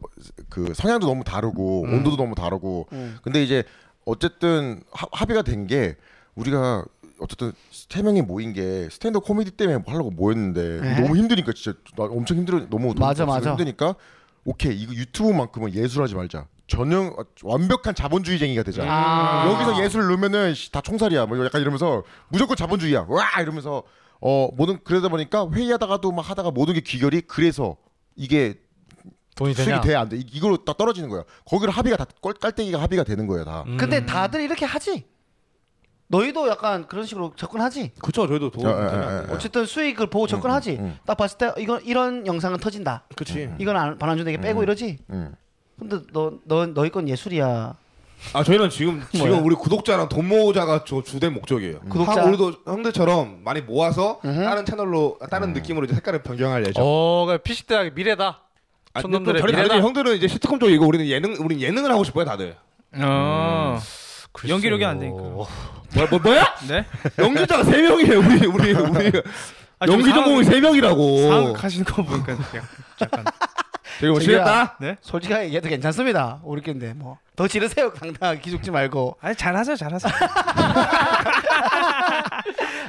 B: 그 성향도 너무 다르고
A: 음.
B: 온도도 너무 다르고. 근데 이제 어쨌든 하- 합의가 된 게 우리가 어쨌든 세 명이 모인 게 스탠드 코미디 때문에 하려고 모였는데
A: 네.
B: 너무 힘드니까 진짜 나 엄청 힘들어 너무 돈
A: 맞아,
B: 없어서
A: 맞아.
B: 힘드니까 오케이 이거 유튜브만큼은 예술하지 말자. 전형 어, 완벽한 자본주의쟁이가 되자.
A: 아.
B: 여기서 예술 넣으면은 씨, 다 총살이야. 뭐 약간 이러면서 무조건 자본주의야. 와 이러면서 어 모든 그러다 보니까 회의하다가도 막 하다가 모든 게 귀결이 그래서 이게
D: 돈이 되냐?
B: 수익이 돼 안 돼. 이- 이걸로 다 떨어지는 거야. 거기를 합의가 다 꼴- 깔때기가 합의가 되는 거예요 다.
A: 음. 근데 다들 이렇게 하지. 너희도 약간 그런 식으로 접근하지.
C: 그쵸 저희도 돈.
B: 어, 어, 어, 어.
A: 어쨌든 수익을 보고 접근하지.
B: 음.
A: 딱 봤을 때 이건 이런 영상은 터진다.
C: 그치.
A: 이건 안, 반환준 되게 빼고 이러지.
B: 음.
A: 근데 너, 너 너희 건 예술이야.
C: 아 저희는 지금 지금 우리 구독자랑 돈 모으자가 저 주된 목적이에요.
A: 구독자?
C: 하- 우리도 형들처럼 많이 모아서 다른 채널로 다른 느낌으로 이제 색깔을 변경할 예정.
D: 어, 그러니까 피식 대학의 미래다.
C: 아, 근데 또
D: 촌놈들의
C: 별이 다르지.
D: 미래다.
C: 형들은 이제 시트콤 쪽이고 우리는 예능 우리는 예능을 하고 싶어요 다들.
E: 어. 연기력이 안
D: 글쎄요.
E: 되니까.
C: 뭐야 뭐, 뭐야?
E: 네?
C: 연기자가 세 명이에요. 우리 우리 우리
E: 아, 지금
C: 연기 전공이 세 명이라고.
E: 사극하시는 거 보니까 그냥 잠깐.
C: 되게 멋있다.
E: 네?
A: 솔직하게 얘기해도 괜찮습니다. 우리끼인데 뭐 더 지르세요. 당당하게 기죽지 말고.
E: 아니 잘하세요, 잘하세요.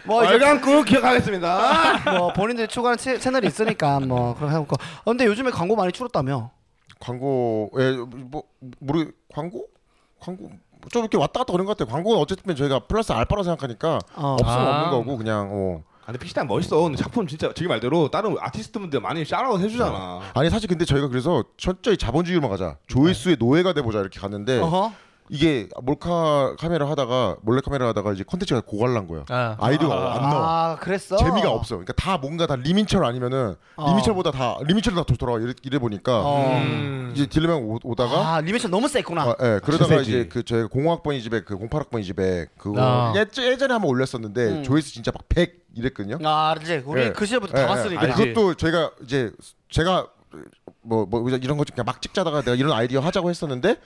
A: 뭐 이제
C: 빨간 꿀 기억하겠습니다.
A: 뭐 본인들이 추구하는 채, 채널이 있으니까 뭐 그런 해놓고. 아, 근데 요즘에 광고 많이 줄었다며.
B: 광고 예뭐 모르 광고 광고 좀 이렇게 왔다 갔다 그런 것 같아요. 광고는 어쨌든 저희가 플러스 알파로 생각하니까
A: 어.
B: 없으면
E: 아.
B: 없는 거고 그냥 어.
C: 아, 근데 피시단 멋있어. 근데 작품 진짜 저기 말대로 다른 아티스트분들 많이 샤라웃 해주잖아.
B: 아니 사실 근데 저희가 그래서 철저히 자본주의로 가자 조회수의 노예가 돼보자 이렇게 갔는데
A: 아, 어허.
B: 이게 몰카 카메라 하다가 몰래 카메라 하다가 이제 컨텐츠가 고갈난 거야
E: 아.
B: 아이디어가 안 나와
A: 아 그랬어.
B: 재미가 없어 그러니까 다 뭔가 다 리민철 아니면은
A: 어.
B: 리민철보다 다 리민철이 다 돌아와 이래, 이래 보니까
A: 어.
B: 이제 딜레마 오- 오다가
A: 아 리메이션 너무 쎘구나.
B: 음. 아, 예, 그러다가
C: 세지.
B: 이제 그 저희 0학번이 집에 그 08학번이 집에 그거
E: 아.
B: 예, 예전에 한번 올렸었는데
A: 음.
B: 조회수 진짜 막 100 이랬거든요.
A: 아 이제 우리
B: 예.
A: 그 시절부터
B: 예,
A: 다
B: 예.
A: 봤으니까.
B: 아니, 그것도 저희가 이제 제가 뭐, 뭐 이런 거 좀 그냥 막 찍자다가 내가 이런 아이디어 하자고 했었는데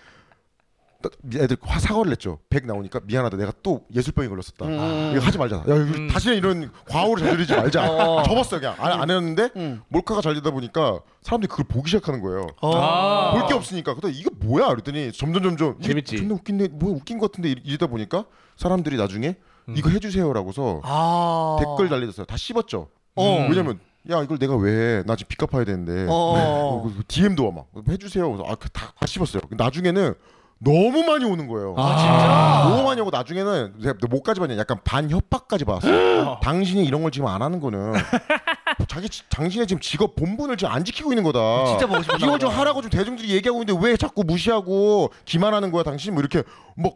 B: 또 애들 화 사과를 냈죠. 100 나오니까 미안하다. 내가 또 예술병이 걸렸었다.
A: 음.
B: 이거 하지 말자. 야, 이거 다시는 이런 과오를 저지르지 말자. 접었어요 그냥 아, 안, 안 했는데
A: 음.
B: 몰카가 잘 되다 보니까 사람들이 그걸 보기 시작하는 거예요.
A: 어.
E: 아.
B: 볼 게 없으니까 근데 이거 뭐야 그랬더니 점점 점점 이게
C: 재밌지.
B: 존나 웃긴데 뭐 웃긴 것 같은데 이러- 이러다 보니까 사람들이 나중에
A: 음.
B: 이거 해주세요라고서
A: 아.
B: 댓글 달리셨어요. 다 씹었죠.
A: 어.
B: 왜냐면 야 이걸 내가 왜 해? 나 지금 빚 갚아야 되는데 그,
A: 어.
B: 예. DM도 와막 해주세요. 그래서 아다 다 씹었어요. 나중에는 너무 많이 오는 거예요.
A: 아.
B: 아, 너무 많이 오고 나중에는 제가 못까지 봤냐? 약간 반 협박까지
A: 아.
B: 받았어요. 당신이 이런 걸 지금 안 하는 거는 자기 지- 당신의 지금 직업 본분을 지금 안 지키고 있는 거다.
A: 진짜 보고 싶었나
B: 이걸 좀
A: 보다.
B: 하라고 좀 대중들이 얘기하고 있는데 왜 자꾸 무시하고 기만하는 거야 당신 뭐 이렇게 막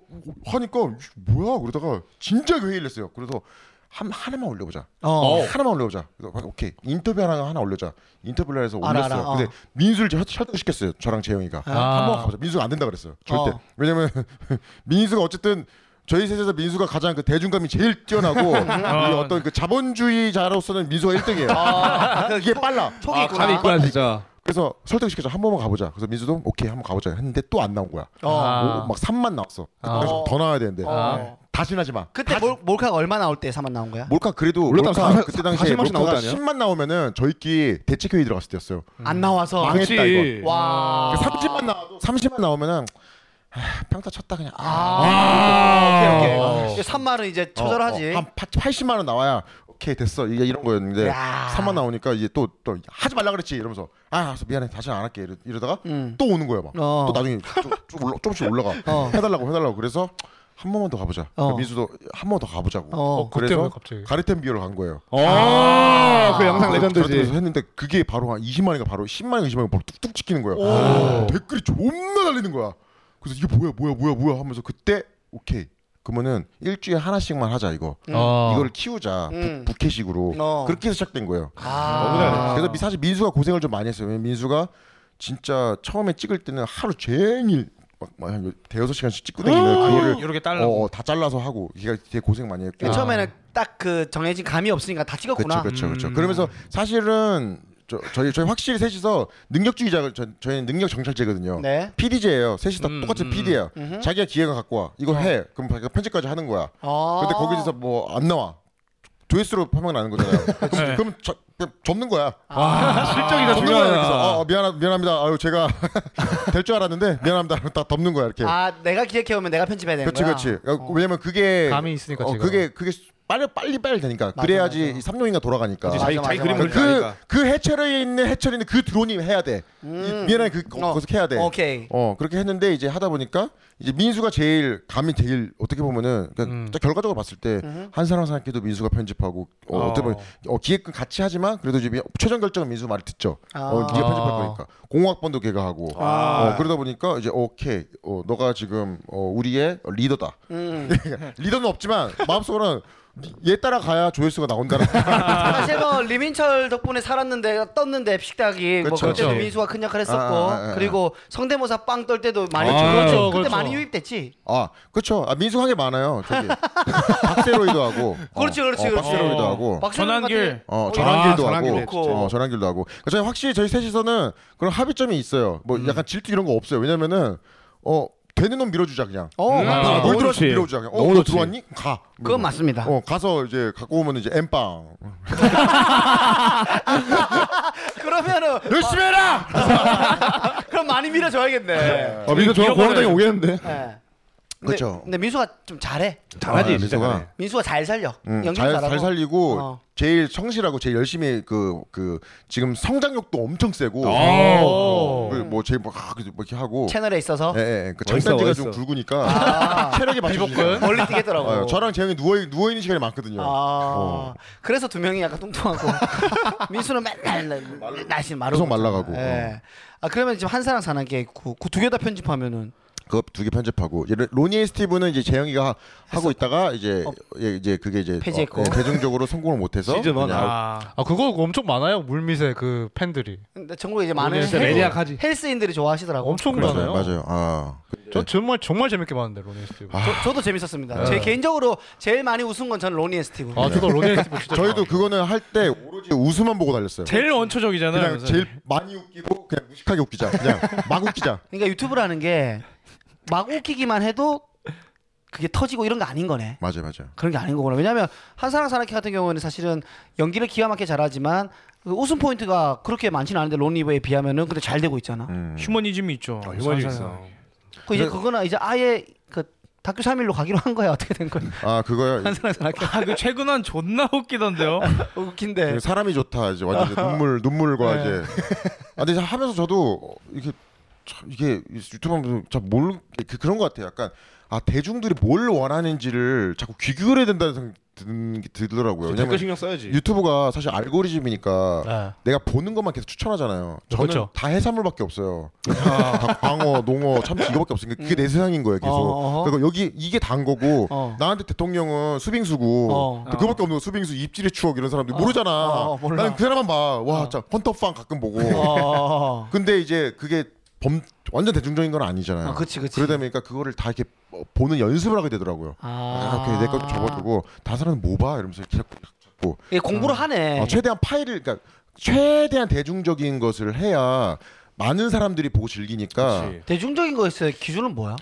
B: 하니까 뭐야 그러다가 진짜 회의를 했어요. 그래서 한 하나만 올려보자.
A: 어.
B: 하나만 올려보자. 그래서 오케이 인터뷰 하나 하나 올려자. 인터뷰를 해서
A: 알아,
B: 올렸어요.
A: 알아, 어. 아.
B: 근데 민수를 저- 설득시켰어요. 저랑 재영이가 한번 가보자. 민수가 안 된다 그랬어요. 절대.
A: 어.
B: 왜냐면 민수가 어쨌든 저희 셋에서 민수가 가장 그 대중감이 제일 뛰어나고 이 어떤 그 자본주의자로서는 민수가 1등이에요.
A: 아.
B: 이게 빨라.
A: 촉이 있구나.
E: 아,
C: 감이 있구나 진짜.
B: 그래서 설득시켜서 한 번만 가보자. 그래서 민수도 오케이 한번 가보자 했는데 또 안 나온 거야.
A: 어.
E: 아.
B: 오, 막 3만 나왔어.
E: 아.
B: 그래서 더 나와야 되는데
A: 어.
B: 다시는 하지 마.
A: 그때 몰, 몰카가 얼마 나올 때 4만 나온 거야?
B: 몰카 그래도 몰카
C: 몰카 사-
B: 그때 당시에
C: 40만 씩
B: 몰카가
C: 나오지 않아요?
B: 10만 나오면은 저희끼리 대책회의 들어갔을 때였어요.
A: 안
E: 아,
A: 나와서.
B: 망했다 그 이거.
A: 와.
B: 30만 나와도 30만 나오면은 아, 평타 쳤다 그냥 아,
A: 아. 오케이 오케이. 이제 3만은 이제
B: 어,
A: 처절하지.
B: 어, 한 80만 원 나와야 오케이 됐어 이게 이런 거였는데
A: 야.
B: 3만 나오니까 이제 또 또 하지 말라 그랬지 이러면서 아 알았어 미안해 다시 안 할게 이러- 이러다가
A: 음.
B: 또 오는 거야 막 또
A: 어.
B: 나중에 좀, 좀 올라, 조금씩 올라가
A: 어.
B: 해달라고 해달라고 그래서 한 번만 더 가보자
A: 어.
B: 민수도 한 번 더 가보자고
A: 어. 어,
D: 그때 왜
B: 그래서
D: 갑자기?
B: 가리템 비오를 간 거예요
C: 아, 그 영상
B: 그래서
C: 레전드지.
B: 했는데 그게 바로 한 20만인가 바로 10만인가 20만인가 바로 뚝뚝 찍히는 거야 아, 댓글이 존나 달리는 거야 그래서 이게 뭐야 뭐야 뭐야 뭐야 하면서 그때 오케이 그러면은 일주일에 하나씩만 하자 이거
C: 음. 아.
B: 이걸 키우자
A: 음.
B: 부, 캐식으로
A: 어.
B: 그렇게 해서 시작된 거예요
A: 아.
B: 그래서 미- 사실 민수가 고생을 좀 많이 했어요 왜냐면 민수가 진짜 처음에 찍을 때는 하루 종일 막한 대여섯 시간씩 찍고 다니는
C: 음.
B: 그거를
E: 요렇게
C: 아.
B: 어,
E: 딸라고.
B: 어, 다 잘라서 하고 걔가 되게 고생 많이 했고
A: 그 처음에는 딱 그 정해진 감이 없으니까 다 찍었구나.
B: 아. 그렇죠, 그렇죠. 그러면서 사실은 저, 저희 저희 확실히 셋이서 능력주의자 저, 저희는 능력 정찰제거든요.
A: 네.
B: PD제예요. 셋이 다 똑같은 PD예요. 자기가 기획을 갖고 와. 이거 해. 그럼 자기가 편집까지 하는 거야.
A: 어.
B: 근데 거기서 뭐 안 나와. 조회수로 파면 나는 거잖아요. 그럼, 그럼 저, 그럼 접는 거야.
A: 아.
C: 실적이 다
B: 접는 거야. 그래서
C: 중요하다.
B: 어, 미안하, 미안합니다. 아유 제가 될 줄 알았는데 미안합니다. 딱 덮는 거야 이렇게.
A: 아 네, 내가 기획해 오면 내가 편집해야 되는
B: 그렇지
A: 거야. 어.
B: 그렇지 왜냐면 그게
D: 감이 있으니까
B: 어,
D: 제가.
B: 그게 그게 빨리 빨리 빨리 되니까
A: 맞아,
B: 그래야지
A: 맞아.
B: 이 삼룡이가 돌아가니까
A: 그치,
C: 자기
A: 맞아,
C: 자기
A: 맞아,
C: 그림
A: 맞아.
C: 그리니까.
B: 그, 그 해철에 있는 해철이 있는 그 드론이 해야 돼. 이 미안해 그 거-
A: 어,
B: 거기서 해야 돼.
A: 오케이.
B: 어 그렇게 했는데 이제 하다 보니까 이제 민수가 제일 감이 제일 어떻게 보면은 그냥 진짜 결과적으로 봤을 때
A: 음.
B: 한 사람 생각해도 민수가 편집하고 어, 어. 떻게 보면 어, 기획은 같이 하지만 그래도 이제 미- 최종 결정은 민수 말을 듣죠. 어,
A: 아.
B: 네가 편집할 거니까 공학번도 걔가 하고
C: 아.
B: 어, 그러다 보니까 이제 오케이 어, 너가 지금 어, 우리의 리더다.
A: 음. 네.
B: 리더는 없지만 마음속으로는 얘 따라가야 조회수가 나온다는
A: 사실 뭐 리민철 덕분에 살았는데 떴는데 식탁이 뭐
B: 그렇죠.
A: 그때도
B: 그렇죠.
A: 민수가 큰 역할 했었고
B: 아, 아, 아, 아.
A: 그리고 성대모사 빵 떨 때도 많이
D: 아,
A: 아,
D: 그렇죠,
A: 그때
D: 그렇죠.
A: 많이 유입됐지.
B: 아, 그렇죠. 아, 민수한 게 많아요. 저기 박세로이도 하고.
A: 그렇지, 그렇지,
B: 어,
A: 그렇지.
B: 박세로이도 하고.
A: 박수영
E: 전환길.
A: 같은-
B: 어,
C: 아,
B: 전환길도
C: 전환길
B: 하고.
A: 그렇고.
B: 어, 전환길도 하고. 그러니까
A: 음.
B: 저희 확실히 저희 셋이서는 그런 합의점이 있어요. 뭐 약간 질투 이런 거 없어요. 왜냐면은 어 되는 놈 밀어주자 그냥.
A: 어,
E: 음.
A: 맞아.
E: 아,
B: 뭘
C: 너무
B: 들어왔지
C: 좋지.
B: 밀어주자 그냥. 어,
C: 너무
B: 너
C: 좋지.
B: 들어왔니? 가.
A: 그건 맞습니다.
B: 어 가서 이제 갖고 오면 이제 엠빵
A: 그러면은
B: 열심히 해라.
A: 그럼 많이 밀어줘야겠네.
C: 어, 민수 저랑 공항당에 오겠는데.
A: 네. 근데-
B: 그렇죠.
A: 근데 민수가 좀 잘해.
C: 잘하지
B: 아,
C: 진짜.
B: 민수가.
C: 잘해.
A: 민수가 잘 살려.
B: 음,
A: 연기
B: 잘,
A: 잘하고.
B: 잘 살리고
A: 어.
B: 제일 성실하고 제일 열심히 그 그 지금 성장력도 엄청 세고
C: 어.
D: 어.
E: 오.
B: 그, 뭐 제일 막, 막 이렇게 하고
A: 채널에 있어서 아,
B: 예, 예, 그
C: 멋있어,
B: 장단지가 좀
C: 멋있어.
B: 굵으니까 체력이 맞춰주니까
A: 멀리 뛰겠더라고.
B: 어, 저랑 재영이 누워 누워 있는 시간이 많거든요. 어.
A: 아, 그래서 두 명이 약간 뚱뚱하고 민수는 맨날 날씬 마르고
B: 계속 말라가고.
A: 예. 아 그러면 지금 한 사람 사는 게 있고 그 두 개 다 편집하면은
B: 그거 두 개 편집하고 이제 로니 앤 스티브는 이제 재영이가 하- 하고 있다가 이제 예, 이제 그게 이제
A: 어. 폐지했고.
B: 어, 예, 대중적으로 성공을 못해서
C: 시즌 원.
B: 그냥
E: 아.
D: 아 그거 엄청 많아요 물밑에 그 팬들이
A: 근데 정말 이제 많은
D: 진짜
A: 헬-
C: 매니악하지.
A: 헬스인들이 좋아하시더라고.
D: 엄청
B: 맞아요,
D: 많아요.
B: 맞아요. 아, 그-
D: 저 정말 정말 재밌게 봤는데 로니 스티브. 아,
A: 저, 저도
B: 네.
A: 재밌었습니다. 제 개인적으로 제일 많이 웃은 건 저는 로니 앤 스티브.
D: 아,
B: 아, 그-
D: 저도 로니 스티브 진짜.
B: 저희도
D: 좋아해요.
B: 그거는 할 때 오로지 웃음만 보고 달렸어요.
E: 제일 원초적이잖아요.
B: 그냥
E: 그래서.
B: 제일 많이 웃기고 그냥 무식하게 웃기자. 그냥 막 웃기자.
A: 그러니까 유튜브라는 게 막 웃기기만 해도 그게 터지고 이런 거 아닌 거네.
B: 맞아요, 맞아요.
A: 그런 게 아닌 거구나. 왜냐하면 한사랑 사나키 같은 경우에는 사실은 연기를 기가 막히게 잘하지만 그 웃음 포인트가 그렇게 많지는 않은데 론리브에 비하면은 근데 잘 되고 있잖아.
B: 음.
E: 휴머니즘이 있죠.
C: 어, 휴머니즘
E: 사상.
A: 그 이제 그거는 이제 아예 그 다큐 3일로 가기로 한 거야. 어떻게 된 거야?
B: 아 그거야.
A: 한사랑 사나키
E: 아, 그 최근 한 존나 웃기던데요.
B: 어,
A: 웃긴데.
B: 사람이 좋다 이제 완전 이제 눈물 눈물과 이제. 아 근데 이제 하면서 저도 이게 참 이게 유튜브 하면서 잘모르 그런 것 같아요. 약간 아 대중들이 뭘 원하는지를 자꾸 귀 기울여야 된다는 생각 드는 게 들더라고요.
C: 댓글
B: 왜냐면
C: 신경 써야지.
B: 유튜브가 사실 알고리즘이니까
D: 네.
B: 내가 보는 것만 계속 추천하잖아요. 저는
D: 그렇죠. 아.
B: 다 해산물밖에 없어요. 다 광어, 농어, 참치 이거밖에 없으니까 그게
D: 음.
B: 내 세상인 거예요. 계속.
A: 어, 어.
B: 그러니까 여기 이게 단 거고
A: 어.
B: 나한테 대통령은 수빙수고
A: 어.
B: 또 그거밖에 없는 거 수빙수 입질의 추억 이런 사람들 모르잖아.
A: 어, 몰라.
B: 나는 그 사람만 봐. 와, 참 헌터팡 가끔 보고.
A: 어.
B: 근데 이제 그게 범 완전 대중적인 건 아니잖아요.
A: 아, 그치, 그치.
B: 러다 보니까 그거를 다 이렇게 어, 보는 연습을 하게 되더라고요. 아, 오케이 내 것도 접어두고 다른 사람은 뭐 봐? 이러면서 이렇게 자꾸 자꾸
A: 이게 공부를 하네.
B: 어, 최대한 파일을 그러니까 최대한 대중적인 것을 해야 많은 사람들이 보고 즐기니까
C: 그치.
A: 대중적인 거에서 기준은 뭐야?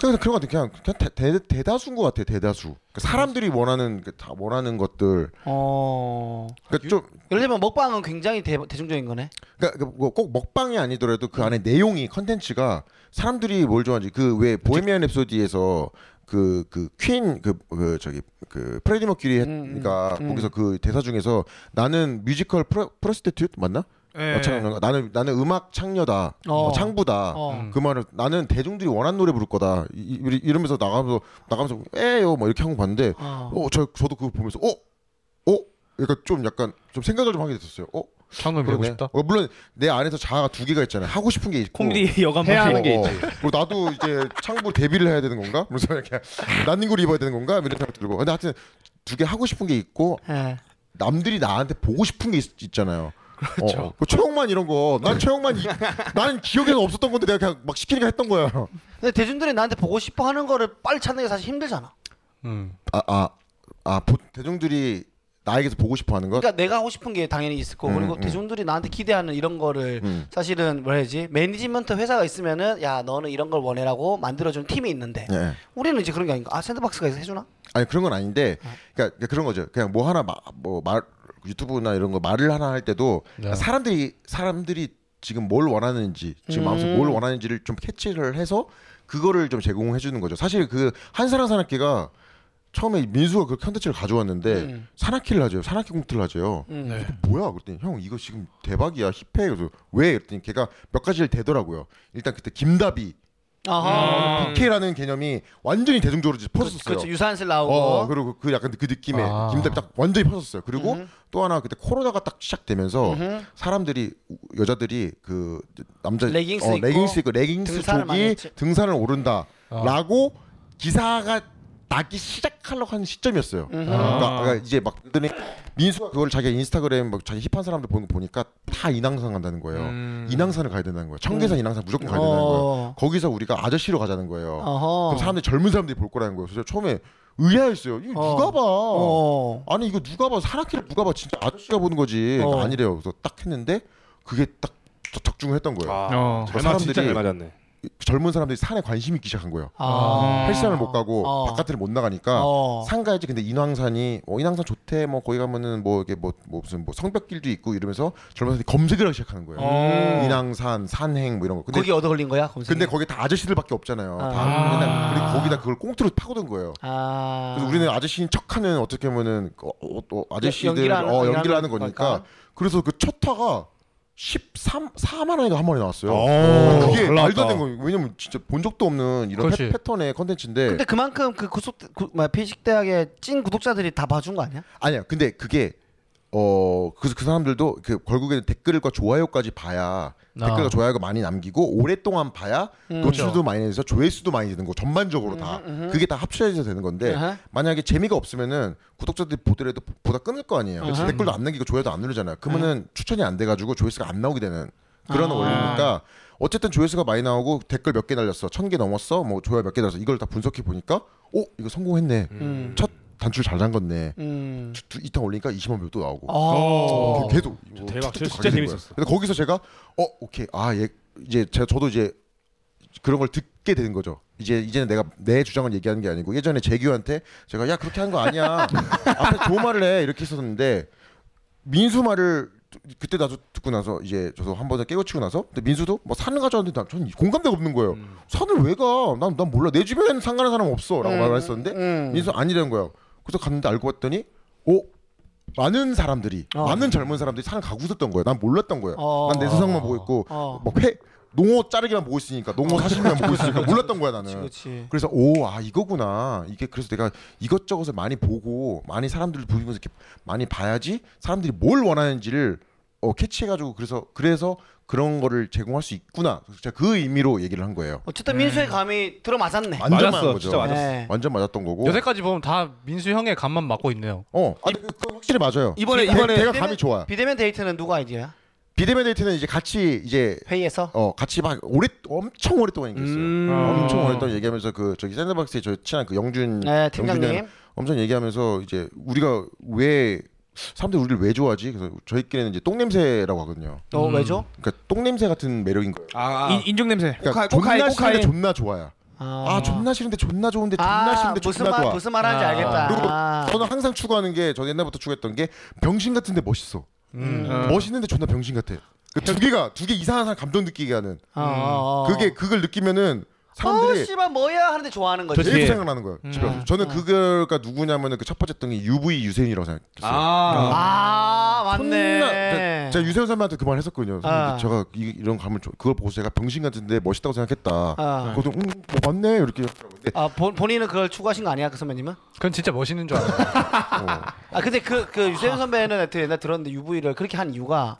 B: 그냥 그런 것 같아 그냥, 그냥 대, 대, 대다수인 것 같아 대다수 그러니까 사람들이 원하는 그다 원하는 것들
A: 어.
B: 그러니까 좀
A: 예를 들면 먹방은 굉장히 대, 대중적인 거네.
B: 그러니까 그꼭 먹방이 아니더라도 그 안에 내용이 컨텐츠가 사람들이 뭘 좋아하는지 그 왜 보헤미안 랩소디에서 그 그 퀸 그 그 저기 그 프레디 머큐리 했- 그러니까 거기서 그 대사 중에서 나는 뮤지컬 프로, 프로스티튜트 맞나?
E: 예.
D: 네. 아,
B: 어, 창- 나는 나는 음악 창녀다, 어,
A: 어.
B: 창부다.
A: 어.
B: 그 말을 나는 대중들이 원하는 노래 부를 거다. 이, 이- 이러면서 나가면서 나가면서 에요 막 이렇게 한 거 봤는데,
A: 어.
B: 어저 저도 그거 보면서 어, 어, 그러니까 좀 약간 좀 생각을 좀 하게 됐었어요. 어,
D: 창문 밀고
B: 그러네.
D: 싶다.
B: 어, 물론 내 안에서 자아가 두 개가 있잖아요. 하고 싶은 게 있고.
E: 코미디 뭐. 여감
C: 해야 하는 게
B: 어,
C: 있지.
B: 그리고 나도 이제 창부 데뷔를 해야 되는 건가? 무슨 이렇게 난닝구를 입어야 되는 건가? 이런 생각 들고. 근데 하여튼 두 개 하고 싶은 게 있고
A: 예.
B: 남들이 나한테 보고 싶은 게 있, 잖아요 그렇죠. 그 최영만 이런 거. 난 최영만 이, 난 기억에는 없었던 건데 내가 그냥 막 시키니까 했던 거야.
A: 근데 대중들이 나한테 보고 싶어 하는 거를 빨리 찾는 게 사실 힘들잖아.
D: 음.
B: 아, 아, 아, 보- 대중들이 나에게서 보고 싶어 하는 것?
A: 그러니까 내가 하고 싶은 게 당연히 있을 거고
B: 음,
A: 그리고
B: 음.
A: 대중들이 나한테 기대하는 이런 거를
B: 음.
A: 사실은 뭐라 해야지 매니지먼트 회사가 있으면은 야 너는 이런 걸 원해라고 만들어준 팀이 있는데
B: 예.
A: 우리는 이제 그런 게 아닌가 아 샌드박스가 해주나
B: 아니 그런 건
A: 네.
B: 아닌데 그러니까 그러니까 그런 거죠 그냥 뭐 하나 뭐말 유튜브나 이런 거 말을 하나 할 때도 그러니까
D: 네.
B: 사람들이 사람들이 지금 뭘 원하는지 지금 마음속에 뭘 원하는지를 좀 캐치를 해서 그거를 좀 제공해 주는 거죠 사실 그 한사랑 사나키가 처음에 민수가 그 컨텐츠를 가져왔는데
A: 음.
B: 사나키를 하죠 사나키 공트를 하죠
A: 음.
E: 네.
B: 뭐야 그랬더니 형 이거 지금 대박이야 힙해 그래서 왜 그랬더니 걔가 몇 가지를 대더라고요 일단 그때 김다비
A: 아하
E: 음.
B: PK라는 개념이 완전히 대중적으로 이제 퍼졌어요
A: 그렇죠 유산슬 나오고
B: 어, 그리고 그 약간 그 느낌에
D: 아.
B: 김답이 딱 완전히 퍼졌어요. 그리고
A: 음.
B: 또 하나 그때 코로나가 딱 시작되면서 사람들이 우- 여자들이 그 남자
A: 레깅스
B: 어,
A: 입고
B: 레깅스 입고 레깅스
A: 등산을 많이
B: 쪽이
A: 했지. 아.
B: 등산을 오른다라고 기사가 나기 시작하려고 하는 시점이었어요.
A: 음.
B: 그러니까,
A: 아.
B: 그러니까 이제 막 그랬더니 민수가 그걸 자기 인스타그램 막 자기 힙한 사람들 보는 거 보니까 다 인왕산 간다는 거예요. 인왕산을 가야 된다는 거예요. 청계산 인왕산 무조건 가야 된다는 거예요.
A: 음. 어.
B: 거기서 우리가 아저씨로 가자는 거예요.
A: 어허.
B: 그럼 사람들이 젊은 사람들이 볼 거라는 거예요. 그래서 처음에 의아했어요. 이거
A: 어.
B: 누가 봐?
A: 어.
B: 아니 이거 누가 봐? 산악회를 누가 봐? 진짜 아저씨가 보는 거지.
A: 어.
B: 아니래요. 그래서 딱 했는데 그게 딱 적- 적중을 했던 거예요.
C: 아,
E: 어.
C: 잘
B: 사람들이-
C: 맞- 진짜 잘 맞았네.
B: 젊은 사람들이 산에 관심이 있기 시작한 거예요.
A: 아.
B: 헬스장을 못 가고
A: 어.
B: 바깥을 못 나가니까
A: 어.
B: 상가야지 근데 인왕산이 어 인왕산 좋대 뭐 거기 가면은 뭐 이게 뭐, 뭐 무슨 뭐 성벽길도 있고 이러면서 젊은 사람들이 검색을 하기 시작하는 거예요. 인왕산 산행 뭐 이런 거.
A: 음.
B: 근데
A: 거기 얻어 걸린 거야 검색.
B: 근데 거기 다 아저씨들밖에 없잖아요.
A: 아.
B: 다 맨날 그리고 거기다 그걸 꽁트로 파고든 거예요.
A: 아.
B: 그래서 우리는 아저씨인 척하는 어떻게 보면은 어, 어, 어, 아저씨들
A: 연기를 하는-
B: 어,
A: 연기를
B: 연기를
A: 하는
B: 하는
A: 거니까.
B: 거니까 그래서 그 첫 타가 13 4만 원인가 한 마리 나왔어요.
D: 오,
B: 그게
D: 잘 나왔다.
B: 말도 안 되는 거예요. 왜냐면 진짜 본 적도 없는 이런
D: 그렇지.
B: 패, 패턴의 컨텐츠인데
A: 근데 그만큼 그 구속 구, 뭐야, 피식 대학의 찐 구독자들이 다 봐준 거 아니야?
B: 아니야. 근데 그게 어 그래서 그 사람들도 그 결국에는 댓글과 좋아요까지 봐야 댓글과 좋아요가 많이 남기고 오랫동안 봐야
A: 음, 그렇죠.
B: 노출도 많이 돼서 조회수도 많이 되는 거 전반적으로 다 그게 네. 다 합쳐져서 되는 건데
A: 아하.
B: 만약에 재미가 없으면은 구독자들이 보더라도 보- 보다 끊을 거 아니에요 그렇죠. 댓글도 안 남기고 조회도 안 누르잖아요 그러면은 추천이 안 돼가지고 조회수가 안 나오게 되는 그런 원리니까 어쨌든 조회수가 많이 나오고 댓글 몇 개 달렸어 천 개 넘었어 뭐 조회 몇 개 달렸어 이걸 다 분석해 보니까 오 이거 성공했네 첫 단추를 잘 잠궜네
A: 음.
B: 두- 이탕 올리니까 20만 뷰도 나오고
A: 아.
B: 어, 계속 뭐
E: 대박.
B: 툭툭툭
E: 진짜
B: 가게 된
E: 재밌었어.
B: 거예요. 근데 거기서 제가 어 오케이 아 예, 이제 제가 저도 이제 그런 걸 듣게 되는 거죠. 이제 이제는 내가 내 주장을 얘기하는 게 아니고 예전에 재규한테 제가 야 그렇게 한 거 아니야 앞에 좋은 말을 해 이렇게 했었는데 민수 말을 그때 나도 듣고 나서 이제 저도 한 번에 깨우치고 나서 근데 민수도 뭐 산을 가자는데 난 저는 공감대가 없는 거예요.
E: 음.
B: 산을 왜 가? 난 난 몰라 내 주변에는 산 가는 사람 없어라고 말을 했었는데 네?
A: 음.
B: 민수 아니라는 거예요. 그래서 갔는데 알고 봤더니 오 많은 사람들이 많은 젊은 사람들이 산을 가고 있었던 거예요. 난 몰랐던 거예요.
A: 어.
B: 난 내 세상만 보고 있고
A: 어.
B: 막회 농어 자르기만 보고 있으니까 농어 사시기만 보고 있으니까 몰랐던 거야 나는.
A: 그렇지.
B: 그래서 오 아 이거구나 이게 그래서 내가 이것저것을 많이 보고 많이 사람들을 보면서 이렇게 많이 봐야지 사람들이 뭘 원하는지를 어, 캐치해가지고 그래서 그래서 그런 거를 제공할 수 있구나 그래서 제가 그 의미로 얘기를 한 거예요.
A: 어쨌든 민수의 감이 들어맞았네.
B: 완전 맞았어,
C: 맞았어,
B: 아, 맞은 거죠.
C: 진짜 맞았어.
A: 네.
B: 완전 맞았던 거고.
D: 여태까지 보면 다 민수 형의 간만 맞고 있네요.
B: 어, 아, 그, 그 확실히 맞아요.
C: 이번에
B: 대-
C: 이번에
B: 제가 감이 좋아요.
A: 비대면 데이트는 누구 아이디어야?
B: 비대면 데이트는 이제 같이 이제
A: 회의에서?
B: 어 같이 막 오래 엄청 오랫동안 얘기했어요.
A: 음.
B: 엄청 오랫동안 얘기하면서 그 저기 샌드박스에 저 친한 그 영준
A: 네, 팀장님.
B: 영준이랑 엄청 얘기하면서 이제 우리가 왜 사람들이 우리를 왜 좋아하지? 그래서 저희끼리는 이제 똥 냄새라고 하거든요.
A: 어 왜죠?
B: 그러니까 똥 냄새 같은 매력인 거예요.
C: 아,
E: 인, 인종 냄새.
B: 그러니까
C: 꼬카이,
B: 존나
C: 꼬카이,
B: 싫은데
C: 꼬카이.
B: 존나 좋아요. 아, 존나 싫은데 존나 좋은데 존나
A: 아,
B: 싫은데
A: 무슨
B: 존나
A: 말
B: 좋아.
A: 무슨 말 하는지
D: 아.
B: 그리고
A: 알겠다.
B: 저는 항상 추구하는 게 저 옛날부터 추구했던 게 병신 같은데 멋있어.
A: 음.
B: 멋있는데 존나 병신 같아. 그 두 개가 두 개 이상한 사람 감동 느끼게 하는.
A: 어, 어, 어.
B: 그게 그걸 느끼면은
A: 어
B: 사람들이
A: 씨발 뭐야 하는데 좋아하는 거지. 음.
B: 제일 생각나는 거예요. 집에 와서. 저는 그거가 누구냐면은 그 첫 번째 했던 게 UV 유세윤이라고 생각했어요.
C: 아.
A: 아
B: 존나-
A: 맞네.
B: 제가 유세윤 선배한테 그 말 했었거든요.
A: 아.
B: 선배님, 제가 이, 이런 감을 줘- 그걸 보고 제가 병신 같은데 멋있다고 생각했다.
A: 아.
B: 그것도 음, 뭐 맞네 이렇게 하더라고요. 근데
A: 아 본, 본인은 그걸 추구하신 거 아니야 그 선배님은?
D: 그건 진짜 멋있는 줄 알아요.
A: 아 근데 그 그 유세윤 선배는 하여튼 옛날 들었는데 UV를 그렇게 한 이유가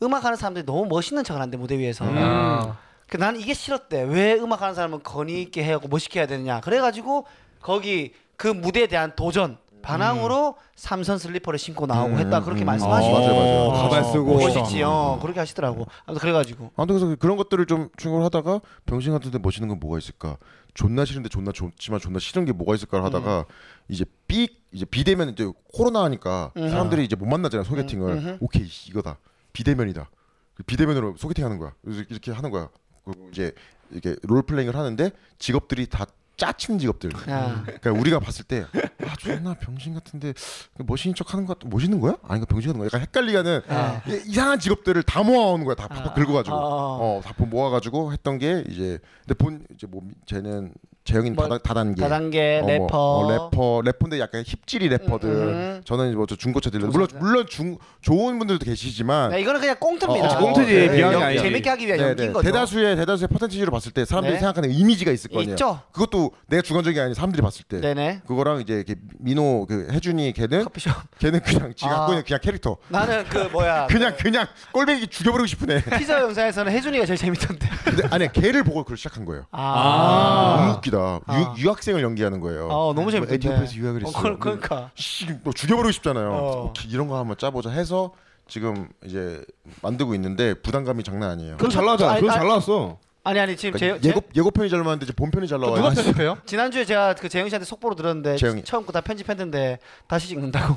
A: 음악하는 사람들이 너무 멋있는 척을 하는데 무대 위에서.
B: 음.
A: 그 난 이게 싫었대. 왜 음악하는 사람은 건의 있게 해갖고 멋있게 해야 되느냐. 그래가지고 거기 그 무대에 대한 도전 반항으로
B: 음.
A: 삼선 슬리퍼를 신고 나오고 했다 그렇게 말씀하시고
B: 어. 맞아요, 맞아요.
C: 가발 쓰고.
A: 멋있지, 어 그렇게 하시더라고. 아무튼 그래가지고
B: 아무튼 그래서 그런 것들을 좀 충고를 하다가 병신 같은데 멋있는 건 뭐가 있을까? 존나 싫은데 존나 좋지만 존나 싫은 게 뭐가 있을까 하다가
A: 음.
B: 이제 삐 이제 비대면 이제 코로나 하니까
A: 음.
B: 사람들이 이제 못 만나잖아요 소개팅을 오케이 씨, 이거다 비대면이다 그 비대면으로 소개팅하는 거야 그래서 이렇게 하는 거야 그리고 이제 이렇게 롤플레잉을 하는데 직업들이 다 짜친 직업들
A: 아.
B: 그러니까 우리가 봤을 때 아 존나 병신 같은데 그 멋있는 척하는 것 같- 멋있는 거야? 아니 그 병신 같은 거 약간 헷갈리게 하는
A: 네.
B: 이- 이상한 직업들을 다 모아오는 거야 다 팍팍 긁어가지고
A: 어.
B: 어다 모아가지고 했던 게 이제 근데 본 이제 뭐 쟤는 재영이는
A: 뭐,
B: 다단- 다단계
A: 다단계
B: 어, 뭐,
A: 래퍼.
B: 어, 래퍼 래퍼인데 약간 힙질이 래퍼들
A: 음.
B: 저는 뭐저 중고차 딜러 물론 물론 중 좋은 분들도 계시지만
A: 네, 이거는 그냥 꽁트입니다.
B: 어, 어,
C: 꽁트지, 비하는
A: 연-
C: 아니지.
A: 재밌게 하기 위한
B: 네,
A: 연기인
B: 네.
A: 거죠.
B: 대다수의 대다수의 퍼센티지로 봤을 때 사람들이
A: 네.
B: 생각하는 이미지가 있을 거 아니에요
A: 있죠.
B: 그것도 내가 주관적이 아닌 사람들이 봤을 때
A: 네네.
B: 그거랑 이제 이렇게 민호 그 해준이 걔는
A: 커피숍.
B: 걔는 그냥 지가
A: 아.
B: 갖고 있는 그냥 캐릭터
A: 나는 그 뭐야
B: 그냥 그냥 꼴배기 죽여버리고 싶은 애
A: 그 피자 영상에서는 혜준이가 제일 재밌던데.
B: 근데 아니 걔를 보고 그걸 시작한 거예요
A: 아.
B: 너무 웃기다
A: 아.
B: 유, 학생을 연기하는 거예요 뭐
A: 어, 너무 재밌던데.
B: 에티오피아에서 유학을 했어요
A: 어, 그, 그러니까.
B: 씨, 뭐 죽여버리고 싶잖아요
A: 어.
B: 오케이, 이런 거 한번 짜보자 해서 지금 이제 만들고 있는데 부담감이 장난 아니에요
C: 그건 잘 나왔잖아.
A: 아니,
C: 그건
A: 아니,
C: 잘 나왔어.
A: 아니 아니 지금 제,
B: 그러니까
A: 제-
B: 예고, 예고편이 잘 나왔는데 이제 본편이 잘 나와요
D: 누가 편집해요?
A: 지난주에 제가 그 재영 씨한테 속보로 들었는데
B: 재영이.
A: 처음 거 다 편집했는데 다시 찍는다고.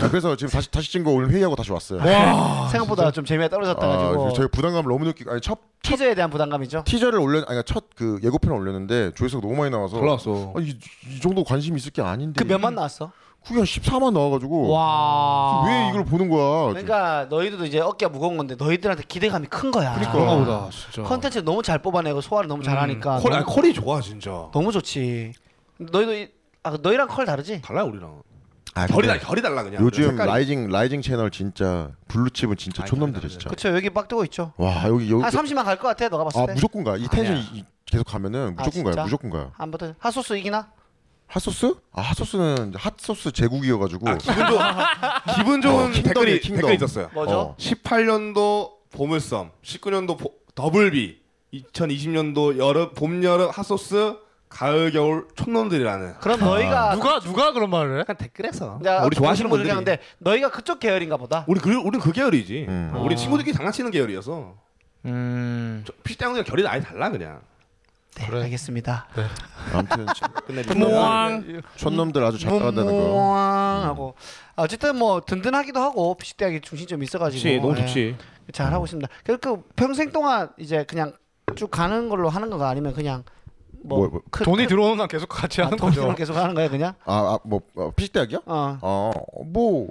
B: 아, 그래서 지금 다시
A: 아, 네,
B: 다시 찍은 거 오늘 회의하고 다시 왔어요
A: 생각보다 좀 재미가 떨어졌다
B: 아,
A: 가지고.
B: 저희 부담감을 너무 느끼고 아니 첫,
A: 티저에 대한 부담감이죠.
B: 티저를 올려 아니 첫 그 예고편을 올렸는데 조회수가 너무 많이 나와서
C: 올라왔어.
B: 아, 이, 이 정도 관심 있을 게 아닌데
A: 그 몇만 나왔어?
B: 그게 한 14만 나와가지고
A: 와.
B: 왜 이걸 보는 거야
A: 그러니까 너희들도 이제 어깨가 무거운 건데 너희들한테 기대감이 큰 거야.
B: 그러니까.
C: 그런가 보다 진짜.
A: 컨텐츠 너무 잘 뽑아내고 소화를 너무
B: 음.
A: 잘하니까
C: 컬,
A: 너무,
C: 아니, 컬이 좋아 진짜.
A: 너무 좋지. 너희도 이- 아 너희랑 컬 다르지?
C: 달라 우리랑.
B: 아, 근데
C: 결이 달 결이 달라 그냥.
B: 요즘
C: 색깔이.
B: 라이징 라이징 채널 진짜 블루칩은 진짜
C: 아니,
B: 촌놈들이야
C: 아니,
B: 진짜
A: 그쵸 여기 빡 뜨고 있죠.
B: 와 여기 여기
A: 한 30만 갈 것 같아 너가 봤을
B: 아
A: 때.
B: 무조건 가이 텐션
C: 아니야.
B: 이- 이- 계속 가면은
A: 아,
B: 무조건
A: 진짜?
B: 가요 무조건 가요
A: 한번더 핫소스 이기나?
B: 핫소스? 아 핫소스는 이제 핫소스 제국이어가지고
C: 아, 기분 좋은 기분 좋은
B: 어, 킹덤이야,
C: 댓글이
B: 킹덤.
C: 댓글 있었어요.
A: 뭐죠?
B: 어.
C: 18년도 보물섬, 19년도 보, 더블비, 2020년도 여름 봄 여름 핫소스 가을 겨울 촌놈들이라는.
A: 그럼 너희가
D: 아, 누가 누가 그런 말을 해?
C: 약간 댓글에서.
A: 내가
C: 우리
A: 보시는
C: 좋아하시는
A: 분들이
C: 분들이.
A: 하는데 너희가 그쪽 계열인가 보다.
C: 우리 그 우리 그 계열이지.
B: 음.
C: 우리 친구들끼리 장난치는 계열이어서.
E: 음.
C: 피시땅 그냥 결이 아예 달라 그냥.
A: 네 알겠습니다.
B: 아무튼
C: 끝내주세요.
E: 모왕.
D: 그
B: 촌놈들 아주 잘 나간다는
C: 음,
B: 거
A: 몽몽 하고 아, 어쨌든 뭐 든든하기도 하고 피식대학이 중심점이 있어가지고
C: 좋지, 너무
A: 예,
C: 좋지.
A: 잘 하고 있습니다. 그러니까 평생 동안 이제 그냥 쭉 가는 걸로 하는 건가 아니면 그냥 뭐,
B: 뭐, 뭐,
A: 크-
D: 돈이
A: 크-
D: 들어오는 한 계속 같이
A: 아,
D: 하는
A: 돈이
D: 거죠.
A: 들어오면 계속 하는 거야 그냥?
B: 아뭐 아, 피식대학이야?
A: 어.
B: 아뭐그뭐뭐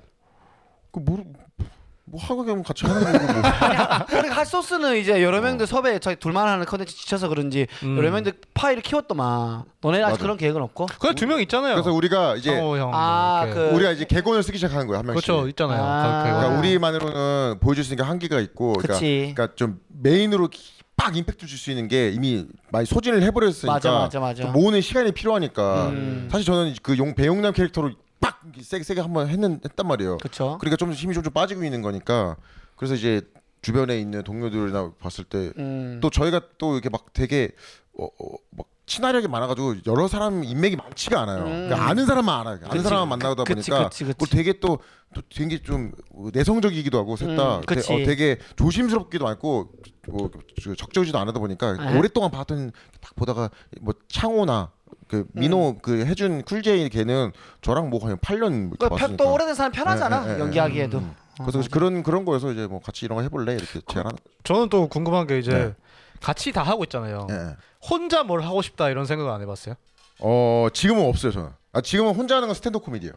B: 뭐 하고 가면 같이 하는 거고 뭐.
A: 우리 핫소스는 이제 여러 명들 섭외 저희 둘만 하는 컨텐츠 지쳐서 그런지
D: 음.
E: 음.
A: 여러 명들 파일을 키웠더만 너네 아직
B: 맞아.
A: 그런 계획은 없고?
D: 그래 두명 있잖아요.
B: 그래서 우리가 이제
D: 상호
E: 어,
D: 형. 뭐
A: 아,
D: 이렇게.
A: 그-
B: 우리가 이제 개곤을 쓰기 시작하는 거야 한 명씩
D: 어. 그렇죠 있잖아요.
A: 아.
D: 그- 그-
B: 그러니까
A: 아.
B: 우리만으로는 보여줄 수 있는 게 한계가 있고 그러니까,
A: 그치.
B: 그러니까 좀 메인으로 빡 임팩트 줄 수 있는 게 이미 많이 소진을 해버렸으니까
A: 맞아 맞아 맞아.
B: 그러니까 좀 뭐- 모으는 시간이 필요하니까
A: 음.
B: 사실 저는 그 용 배용남 캐릭터로 빡 세게 세게 한번 했는 했단 말이에요
A: 그쵸?
B: 그러니까 좀 힘이 좀, 좀 빠지고 있는 거니까 그래서 이제 주변에 있는 동료들이나 봤을 때그 또
A: 음.
B: 저희가 또 이렇게 막 되게 어, 어, 막 친화력이 많아가지고 여러 사람 인맥이 많지가 않아요. 그러니까 아는 사람만 알아요. 아는 사람만
A: 음.
B: 만나다
A: 그치,
B: 보니까
A: 그치, 그치.
B: 뭐 되게 또, 또 되게 좀 내성적이기도 하고 셋다
A: 음,
B: 되-
A: 그치.
B: 어, 되게 조심스럽기도 않고 뭐, 저- 적적지도 않다 보니까
A: 네.
B: 오랫동안 봤던 딱 보다가 뭐 창호나 그 민호
A: 음.
B: 그 해준 쿨제이 걔는 저랑 뭐 그냥 8년 이렇게
A: 그 편-
B: 봤으니까
A: 또 오래된 사람 편하잖아
B: 예, 예, 예.
A: 연기하기에도. 어,
B: 그래서
A: 맞아.
B: 그런 그런 거여서 이제 뭐 같이 이런 거 해볼래 이렇게 제안한.
D: 저는 또 궁금한 게 이제
B: 네.
D: 같이 다 하고 있잖아요.
B: 예, 예.
D: 혼자 뭘 하고 싶다 이런 생각 안 해봤어요?
B: 어 지금은 없어요 저는. 아 지금은 혼자 하는 건 스탠드 코미디예요.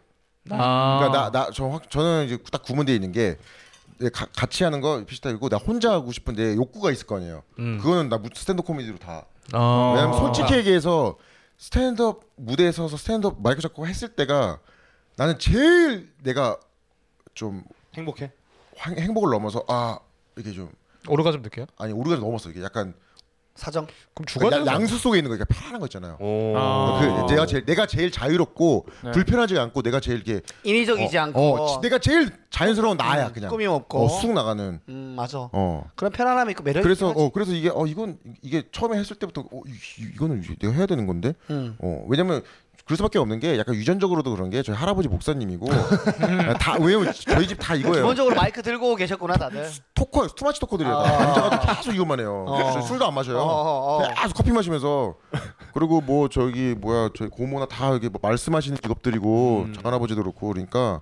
E: 아.
B: 그러니까 나나저 저는 이제 딱 구분되어 있는 게 이제 가- 같이 하는 거 비슷하고 나 혼자 하고 싶은데 욕구가 있을 거 아니에요. 그거는 나 무- 스탠드 코미디로 다.
E: 음. 아.
B: 왜냐면 솔직히 얘기해서 스탠드업 무대에 서서 스탠드업 마이크 잡고 했을 때가 나는 제일 내가 좀
C: 행복해.
B: 황- 행복을 넘어서 아 이게 좀
D: 오르가즘 느껴요?
B: 아니 우리가 넘었어 이게 약간
A: 사정.
D: 그럼 죽어야
B: 야-
D: 되는
B: 양수 속에 있는 거 이렇게 편안한 거 있잖아요.
C: 오.
E: 아.
B: 그 내가 제일 내가 제일 자유롭고 불편하지 않고 내가 제일 이게
A: 네. 인위적이지
B: 어,
A: 않고
B: 어, 지- 내가 제일 자연스러운 나야
A: 음,
B: 그냥
A: 꾸밈 없고.
B: 어, 쑥 나가는
A: 음 맞아.
B: 어
A: 그런 편안함이 있고 매력이
B: 그래서
A: 있긴 하지.
B: 어 그래서 이게 어 이건 이게 처음에 했을 때부터 어 이, 이- 이거는 이- 내가 해야 되는 건데
A: 음.
B: 어 왜냐면 그럴 수밖에 없는 게 약간 유전적으로도 그런 게 저희 할아버지 목사님이고 다 왜냐면 저희 집 다 이거예요
A: 기본적으로 마이크 들고 계셨구나 다들.
B: 토커 투마치 토커들이에요
A: 어.
B: 다. 앉아가지고 계속 이것만 해요
A: 어.
B: 술- 술도 안 마셔요
A: 어, 어, 어.
B: 계속 커피 마시면서 그리고 뭐 저기 뭐야 저희 고모나 다 이게 뭐 말씀하시는 직업들이고
A: 음.
B: 장할아버지도 그렇고 그러니까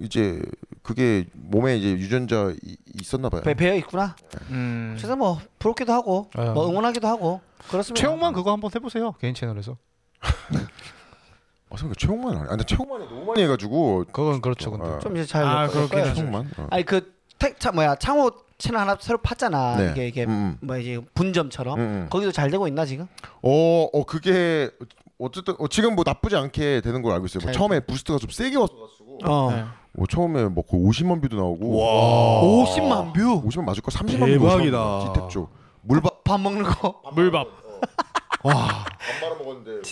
B: 이제 그게 몸에 이제 유전자 이, 있었나 봐요.
A: 배, 배어 있구나.
E: 음.
A: 그래서 뭐 부럽기도 하고
E: 어.
D: 아.
A: 뭐 응원하기도 하고 그렇습니다.
D: 최홍만 그거 한번 해보세요 개인 채널에서.
B: 아, 생각 최홍만 아니. 근데 최홍만이 너무 많이 해가지고
D: 그건 그렇죠 근데.
A: 좀 이제 잘. 네.
E: 아,
A: 엮어줄
E: 그렇긴
A: 거예요.
E: 하죠.
B: 최홍만. 어.
A: 아니 그택차 뭐야 창호 채널 하나 새로 팠잖아.
B: 네.
A: 이게 이게
B: 음,
A: 뭐 이제 분점처럼
B: 음, 음.
A: 거기도 잘 되고 있나 지금?
B: 어, 어 그게 어쨌든 어, 지금 뭐 나쁘지 않게 되는 걸 알고 있어요. 뭐
A: 잘-
B: 처음에 부스트가 좀 세게 왔어.
A: 어.
E: 네.
B: 뭐 처음에 뭐 거의 50만 뷰도 나오고.
C: 와.
A: 50만 뷰.
B: 50만 맞을 거 30만
C: 대박이다.
B: 탭 쪽. 물밥
A: 밥 먹는 거
E: 물밥.
B: 안 말아 먹었는데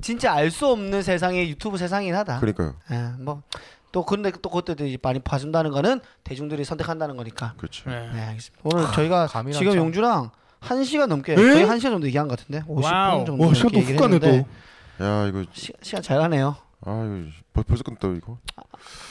A: 진짜 알 수 없는 세상의 유튜브 세상이긴 하다. 예,
B: 그러니까요.
A: 뭐또 근데 또 그것도 이제 많이 봐준다는 거는 대중들이 선택한다는 거니까.
B: 그렇지.
E: 네.
A: 네, 알겠습니다. 오늘
B: 아.
A: 저희가
D: 감이랑
A: 지금
D: 참.
A: 용주랑 한 시간 넘게 거의 한 시간 정도 얘기한 것 같은데 50분
E: 와우.
A: 정도 이렇게 얘기를 했는데
B: 야 이거
A: 시, 시간 잘 가네요.
B: 아 이거 벌, 벌써 끝났다 이거.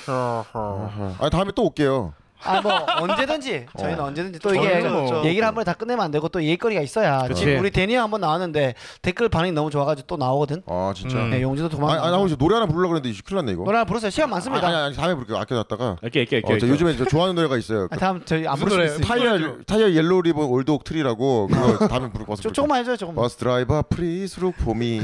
B: 아하. 아 다음에 또 올게요.
A: 아 뭐 언제든지 저희는
B: 어.
A: 언제든지 또 이게
C: 저희는 뭐-
A: 얘기를 한 번에 다 끝내면 안 되고 또 얘기거리가 있어야
B: 그치.
A: 지금 우리 데니 한번 나왔는데 댓글 반응이 너무 좋아가지고 또 나오거든.
B: 아 진짜.
E: 음.
A: 네, 뭐, 용지도 도망.
B: 아니 아니 하고 이제 노래 하나 부르려고 그랬는데 이씨, 큰일 났네 이거.
A: 노래 하나 부르세요. 시간 많습니다.
B: 아니 아니 다음에 부를게요. 아껴놨다가.
C: 이렇게 이렇게
B: 어, 저 요즘에 저 좋아하는 노래가 있어요.
A: 아, 다음 저희 안
D: 무슨
A: 부를
D: 노래예요?
A: 수 있어요.
B: 타이어 타이어 옐로우 리본 올드 옥트리라고 그거 다음에 부르고 와서
A: 조-
B: 부를게요.
A: 조금만 해줘요. 조금만.
B: Bus driver, please look for me.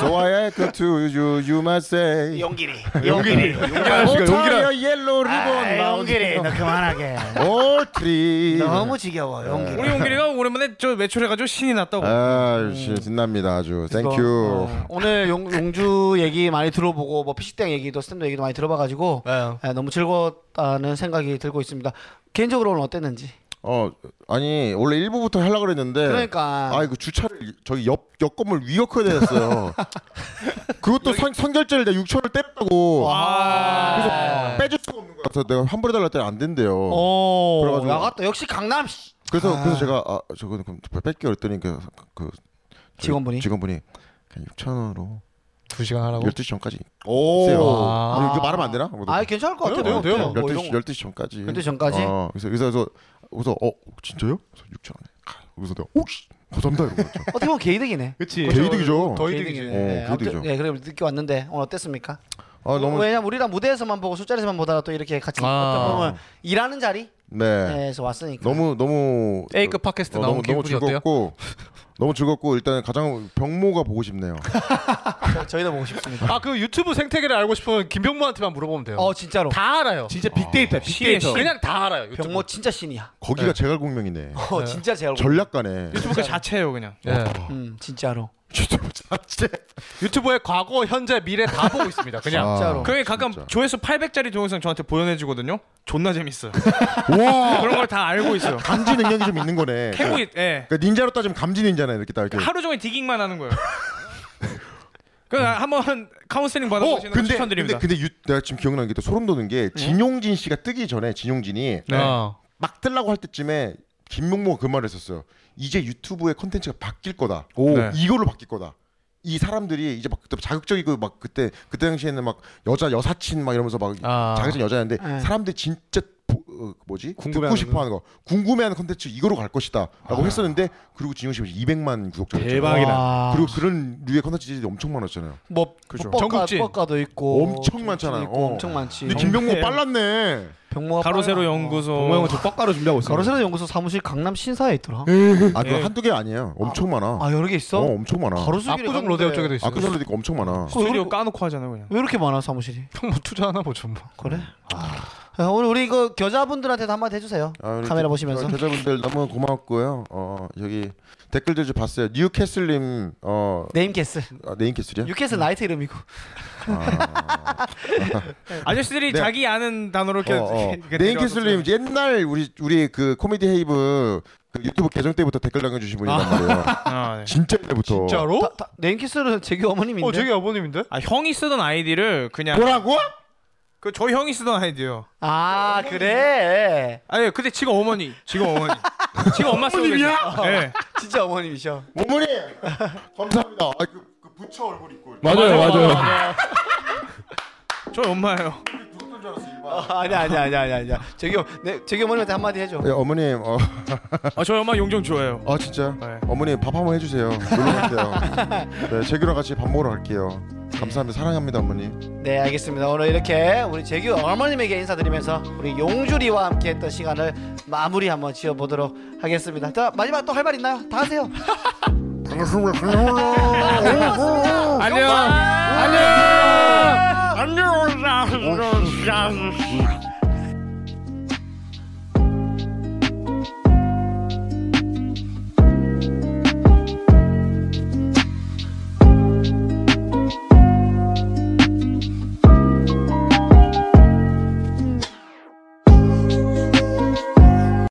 B: So I echo to you, you might say.
A: 아. 용길이.
C: 용길이 용기라
B: Oh,
C: 씨가 용기라
B: 타이어 옐로우 리본. 예.
A: 아,
B: 나오지.
A: 용길이 너 그만하게.
B: All three.
A: 너무 지겨워 용길이.
E: 네. 우리 용길이가 오랜만에 저 외출해가지고 신이 났다고.
B: 아, 씨, 신납니다 아주. 땡큐.
A: 어, 오늘 용, 용주 얘기 많이 들어보고 뭐 피식당 얘기도 스탠드 얘기도 많이 들어봐가지고 아, 너무 즐거웠다는 생각이 들고 있습니다. 개인적으로 오늘 어땠는지.
B: 어, 아니 원래 1부부터 하려고 그랬는데.
A: 그러니까.
B: 아, 이거 주차를 저기 옆, 옆 건물 위에 커야 되었어요. 그것도 선, 선결제를 내가 6천을 때렸다고. 그래서 빼줄 수가 없는 것 같아서 내가 환불해달라 했더니 안 된대요.
A: 어. 오,
B: 어. 그래가지고-
A: 나갔다. 역시 강남 씨.
B: 그래서 그래서 제가 아 저거는 그럼 뺄게 그랬더니 그, 그 저희
A: 직원분이?
B: 직원분이 그냥 6천 원으로
D: 두 시간 하라고.
B: 12시 전까지
C: 오
B: 세요.
D: 아.
B: 아, 이거 말하면 안 되나?
A: 아, 괜찮을 것 같아요.
D: 돼요, 돼요.
A: 뭐
B: 열
A: 이런
B: 12시
A: 거.
B: 12시 전까지.
A: 12시 전까지?
B: 어, 그래서 그래서 그래서 그래서 어 진짜요? 그래서 6천 원에 가. 그래서 내가 오씨 감사합니다 이러고 갔죠.
A: 어떻게 보면 개이득이네.
C: 그치
B: 개이득이죠.
D: 더 이득이지.
A: 개이득이네.
B: 어,
A: 네, 아무튼,
B: 개이득이죠.
A: 예, 그래 늦게 왔는데 오늘 어땠습니까?
B: 아 너무
A: 왜냐면 우리랑 무대에서만 보고 술자리에서만 보다가 또 이렇게 같이
D: 아.
A: 어떻게 보면 일하는 자리에서
B: 네
A: 왔으니까.
B: 너무 너무
D: A급 팟캐스트
B: 어,
D: 나온 뭐
B: 너무 너무
D: 기분이 어때요?
B: 즐겁고 너무 즐겁고 일단 가장 병모가 보고 싶네요.
A: 저- 저희도 보고 싶습니다.
D: 아 그 유튜브 생태계를 알고 싶으면 김병모한테만 물어보면 돼요.
A: 어, 진짜로.
D: 다 알아요.
C: 진짜 빅데이터 빅데이터
D: 그냥 다 알아요. 유튜브.
A: 병모 진짜 신이야.
B: 거기가 제갈공명이네.
A: 어, 진짜 제 얼굴.
B: 전략가네.
E: 유튜브 그 자체예요 그냥.
D: 예.
A: 음, 진짜로.
D: 유튜브에 과거, 현재, 미래 다 보고 있습니다. 그냥
B: 아,
A: 진짜로.
E: 그게 가끔
B: 진짜.
E: 조회수 800짜리 동영상 저한테 보여내주거든요. 존나 재밌어요.
B: 와
E: 그런 걸 다 알고 있어요.
B: 감지 능력이 좀 있는 거네.
E: 캐고 있, 예.
B: 그러니까 닌자로 따지면 감지 닌자네 이렇게 딱 이렇게.
E: 하루 종일 디깅만 하는 거예요. 그 한번 카운슬링 받아보시는 거
B: 음. 어, 근데
E: 추천드립니다.
B: 근데 근데 유, 내가 지금 기억나는 게 또 소름 돋는 게 진용진 씨가 뜨기 전에 진용진이
E: 네.
D: 어.
B: 막 뜨려고 할 때쯤에 김명모가 그 말을 했었어요. 이제 유튜브의 컨텐츠가 바뀔 거다.
E: 네.
B: 이걸로 바뀔 거다. 이 사람들이 이제 막 그때 자극적이고 막 그때 그때 당시에는 막 여자 여사친 막 이러면서 막
D: 아.
B: 자극적인 여자였는데
A: 네.
B: 사람들이 진짜 보- 어, 그 뭐지 듣고
C: 궁금해하는
B: 싶어하는 거 궁금해하는 컨텐츠 이거로 갈 것이다라고 했었는데 그리고 진용 씨가 200만 구독자였죠.
C: 대박이다
A: 와.
B: 그리고 그런 류의 컨텐츠들이 엄청 많았잖아요.
A: 뭐
B: 그죠.
D: 전국지.
A: 뻑가, 도 있고
B: 엄청 많잖아요.
A: 있고,
B: 어.
A: 엄청 많지.
B: 근데 김병모 빨랐네.
E: 예.
B: 그
A: 병모가
E: 가로세로
B: 어,
A: 빨라.
E: 연구소. 그
C: 동호 형은 저 뻑가루 준비하고 있어
A: 가로세로 연구소 사무실 강남 신사에 있더라.
B: 아 그거 한두 개 아니에요. 엄청 많아.
A: 아 여러 개 있어?
B: 어 엄청 많아.
A: 가로수길에
D: 압구정
A: 갔는데
D: 로데오 쪽에도 있어요.
B: 아크샬로 니까 엄청 많아.
E: 스튜디오 까놓고 하잖아요 그냥.
A: 왜 이렇게 많아 사무실이?
D: 병모 투자하나 보죠 뭐.
A: 그래? 아, 오늘 우리 그 여자분들한테도 한마디 해주세요.
B: 아, 우리
A: 카메라
B: 저-
A: 보시면서.
B: 저 여자분들 너무 고맙고요. 어 여기 댓글들 좀 봤어요. 뉴캐슬님 어
A: 네임캐슬.
B: 아, 네임캐슬이야?
A: 유캐슬 나이트 이름이고.
E: 아저씨들이
B: 네.
E: 자기 아는 단어로
B: 어,
E: 이렇게
B: 어.
E: 이렇게
B: 네임캐슬님 옛날 우리 우리 그 코미디 헤이브 그 유튜브 계정 때부터 댓글 남겨주신 분이란 말이에요.
E: 아, 네.
B: 진짜 옛날부터.
D: 진짜로?
A: 다- 다- 네임캐슬은 제기 어머님인데.
D: 어, 저기 아버님인데?
E: 아 형이 쓰던 아이디를 그냥
B: 뭐라고?
E: 그 저희 형이 쓰던 아이디요.
A: 아 그래.
E: 아니 근데 지금 어머니 지금 어머니 지금 엄마 쓰고 계세요. 네.
A: 진짜 어머님이셔.
B: 어머니 감사합니다. 아, 그, 그 부처 얼굴 있고. 어,
C: 맞아요 맞아요
E: 저희 엄마예요.
B: 누군 줄 알았어 일반.
A: 아, 아니 아니 아니 아니 아니. 저기 어- 네, 저기 어머님한테 한마디 해줘.
B: 예, 어머님 어,
E: 아 저희 엄마 용종 좋아해요.
B: 아 진짜
E: 네.
B: 어머니 밥 한번 해주세요 놀러 갈게요 네, 재규랑 같이 밥 먹으러 갈게요 감사합니다 사랑합니다 어머니
A: 네 알겠습니다 오늘 이렇게 우리 재규 어머님에게 인사드리면서 우리 용주리와 함께 했던 시간을 마무리 한번 지어보도록 하겠습니다 자 마지막 또 할 말 있나요? 다 하세요
B: 방송을 안녕
E: 안녕.
B: 안녕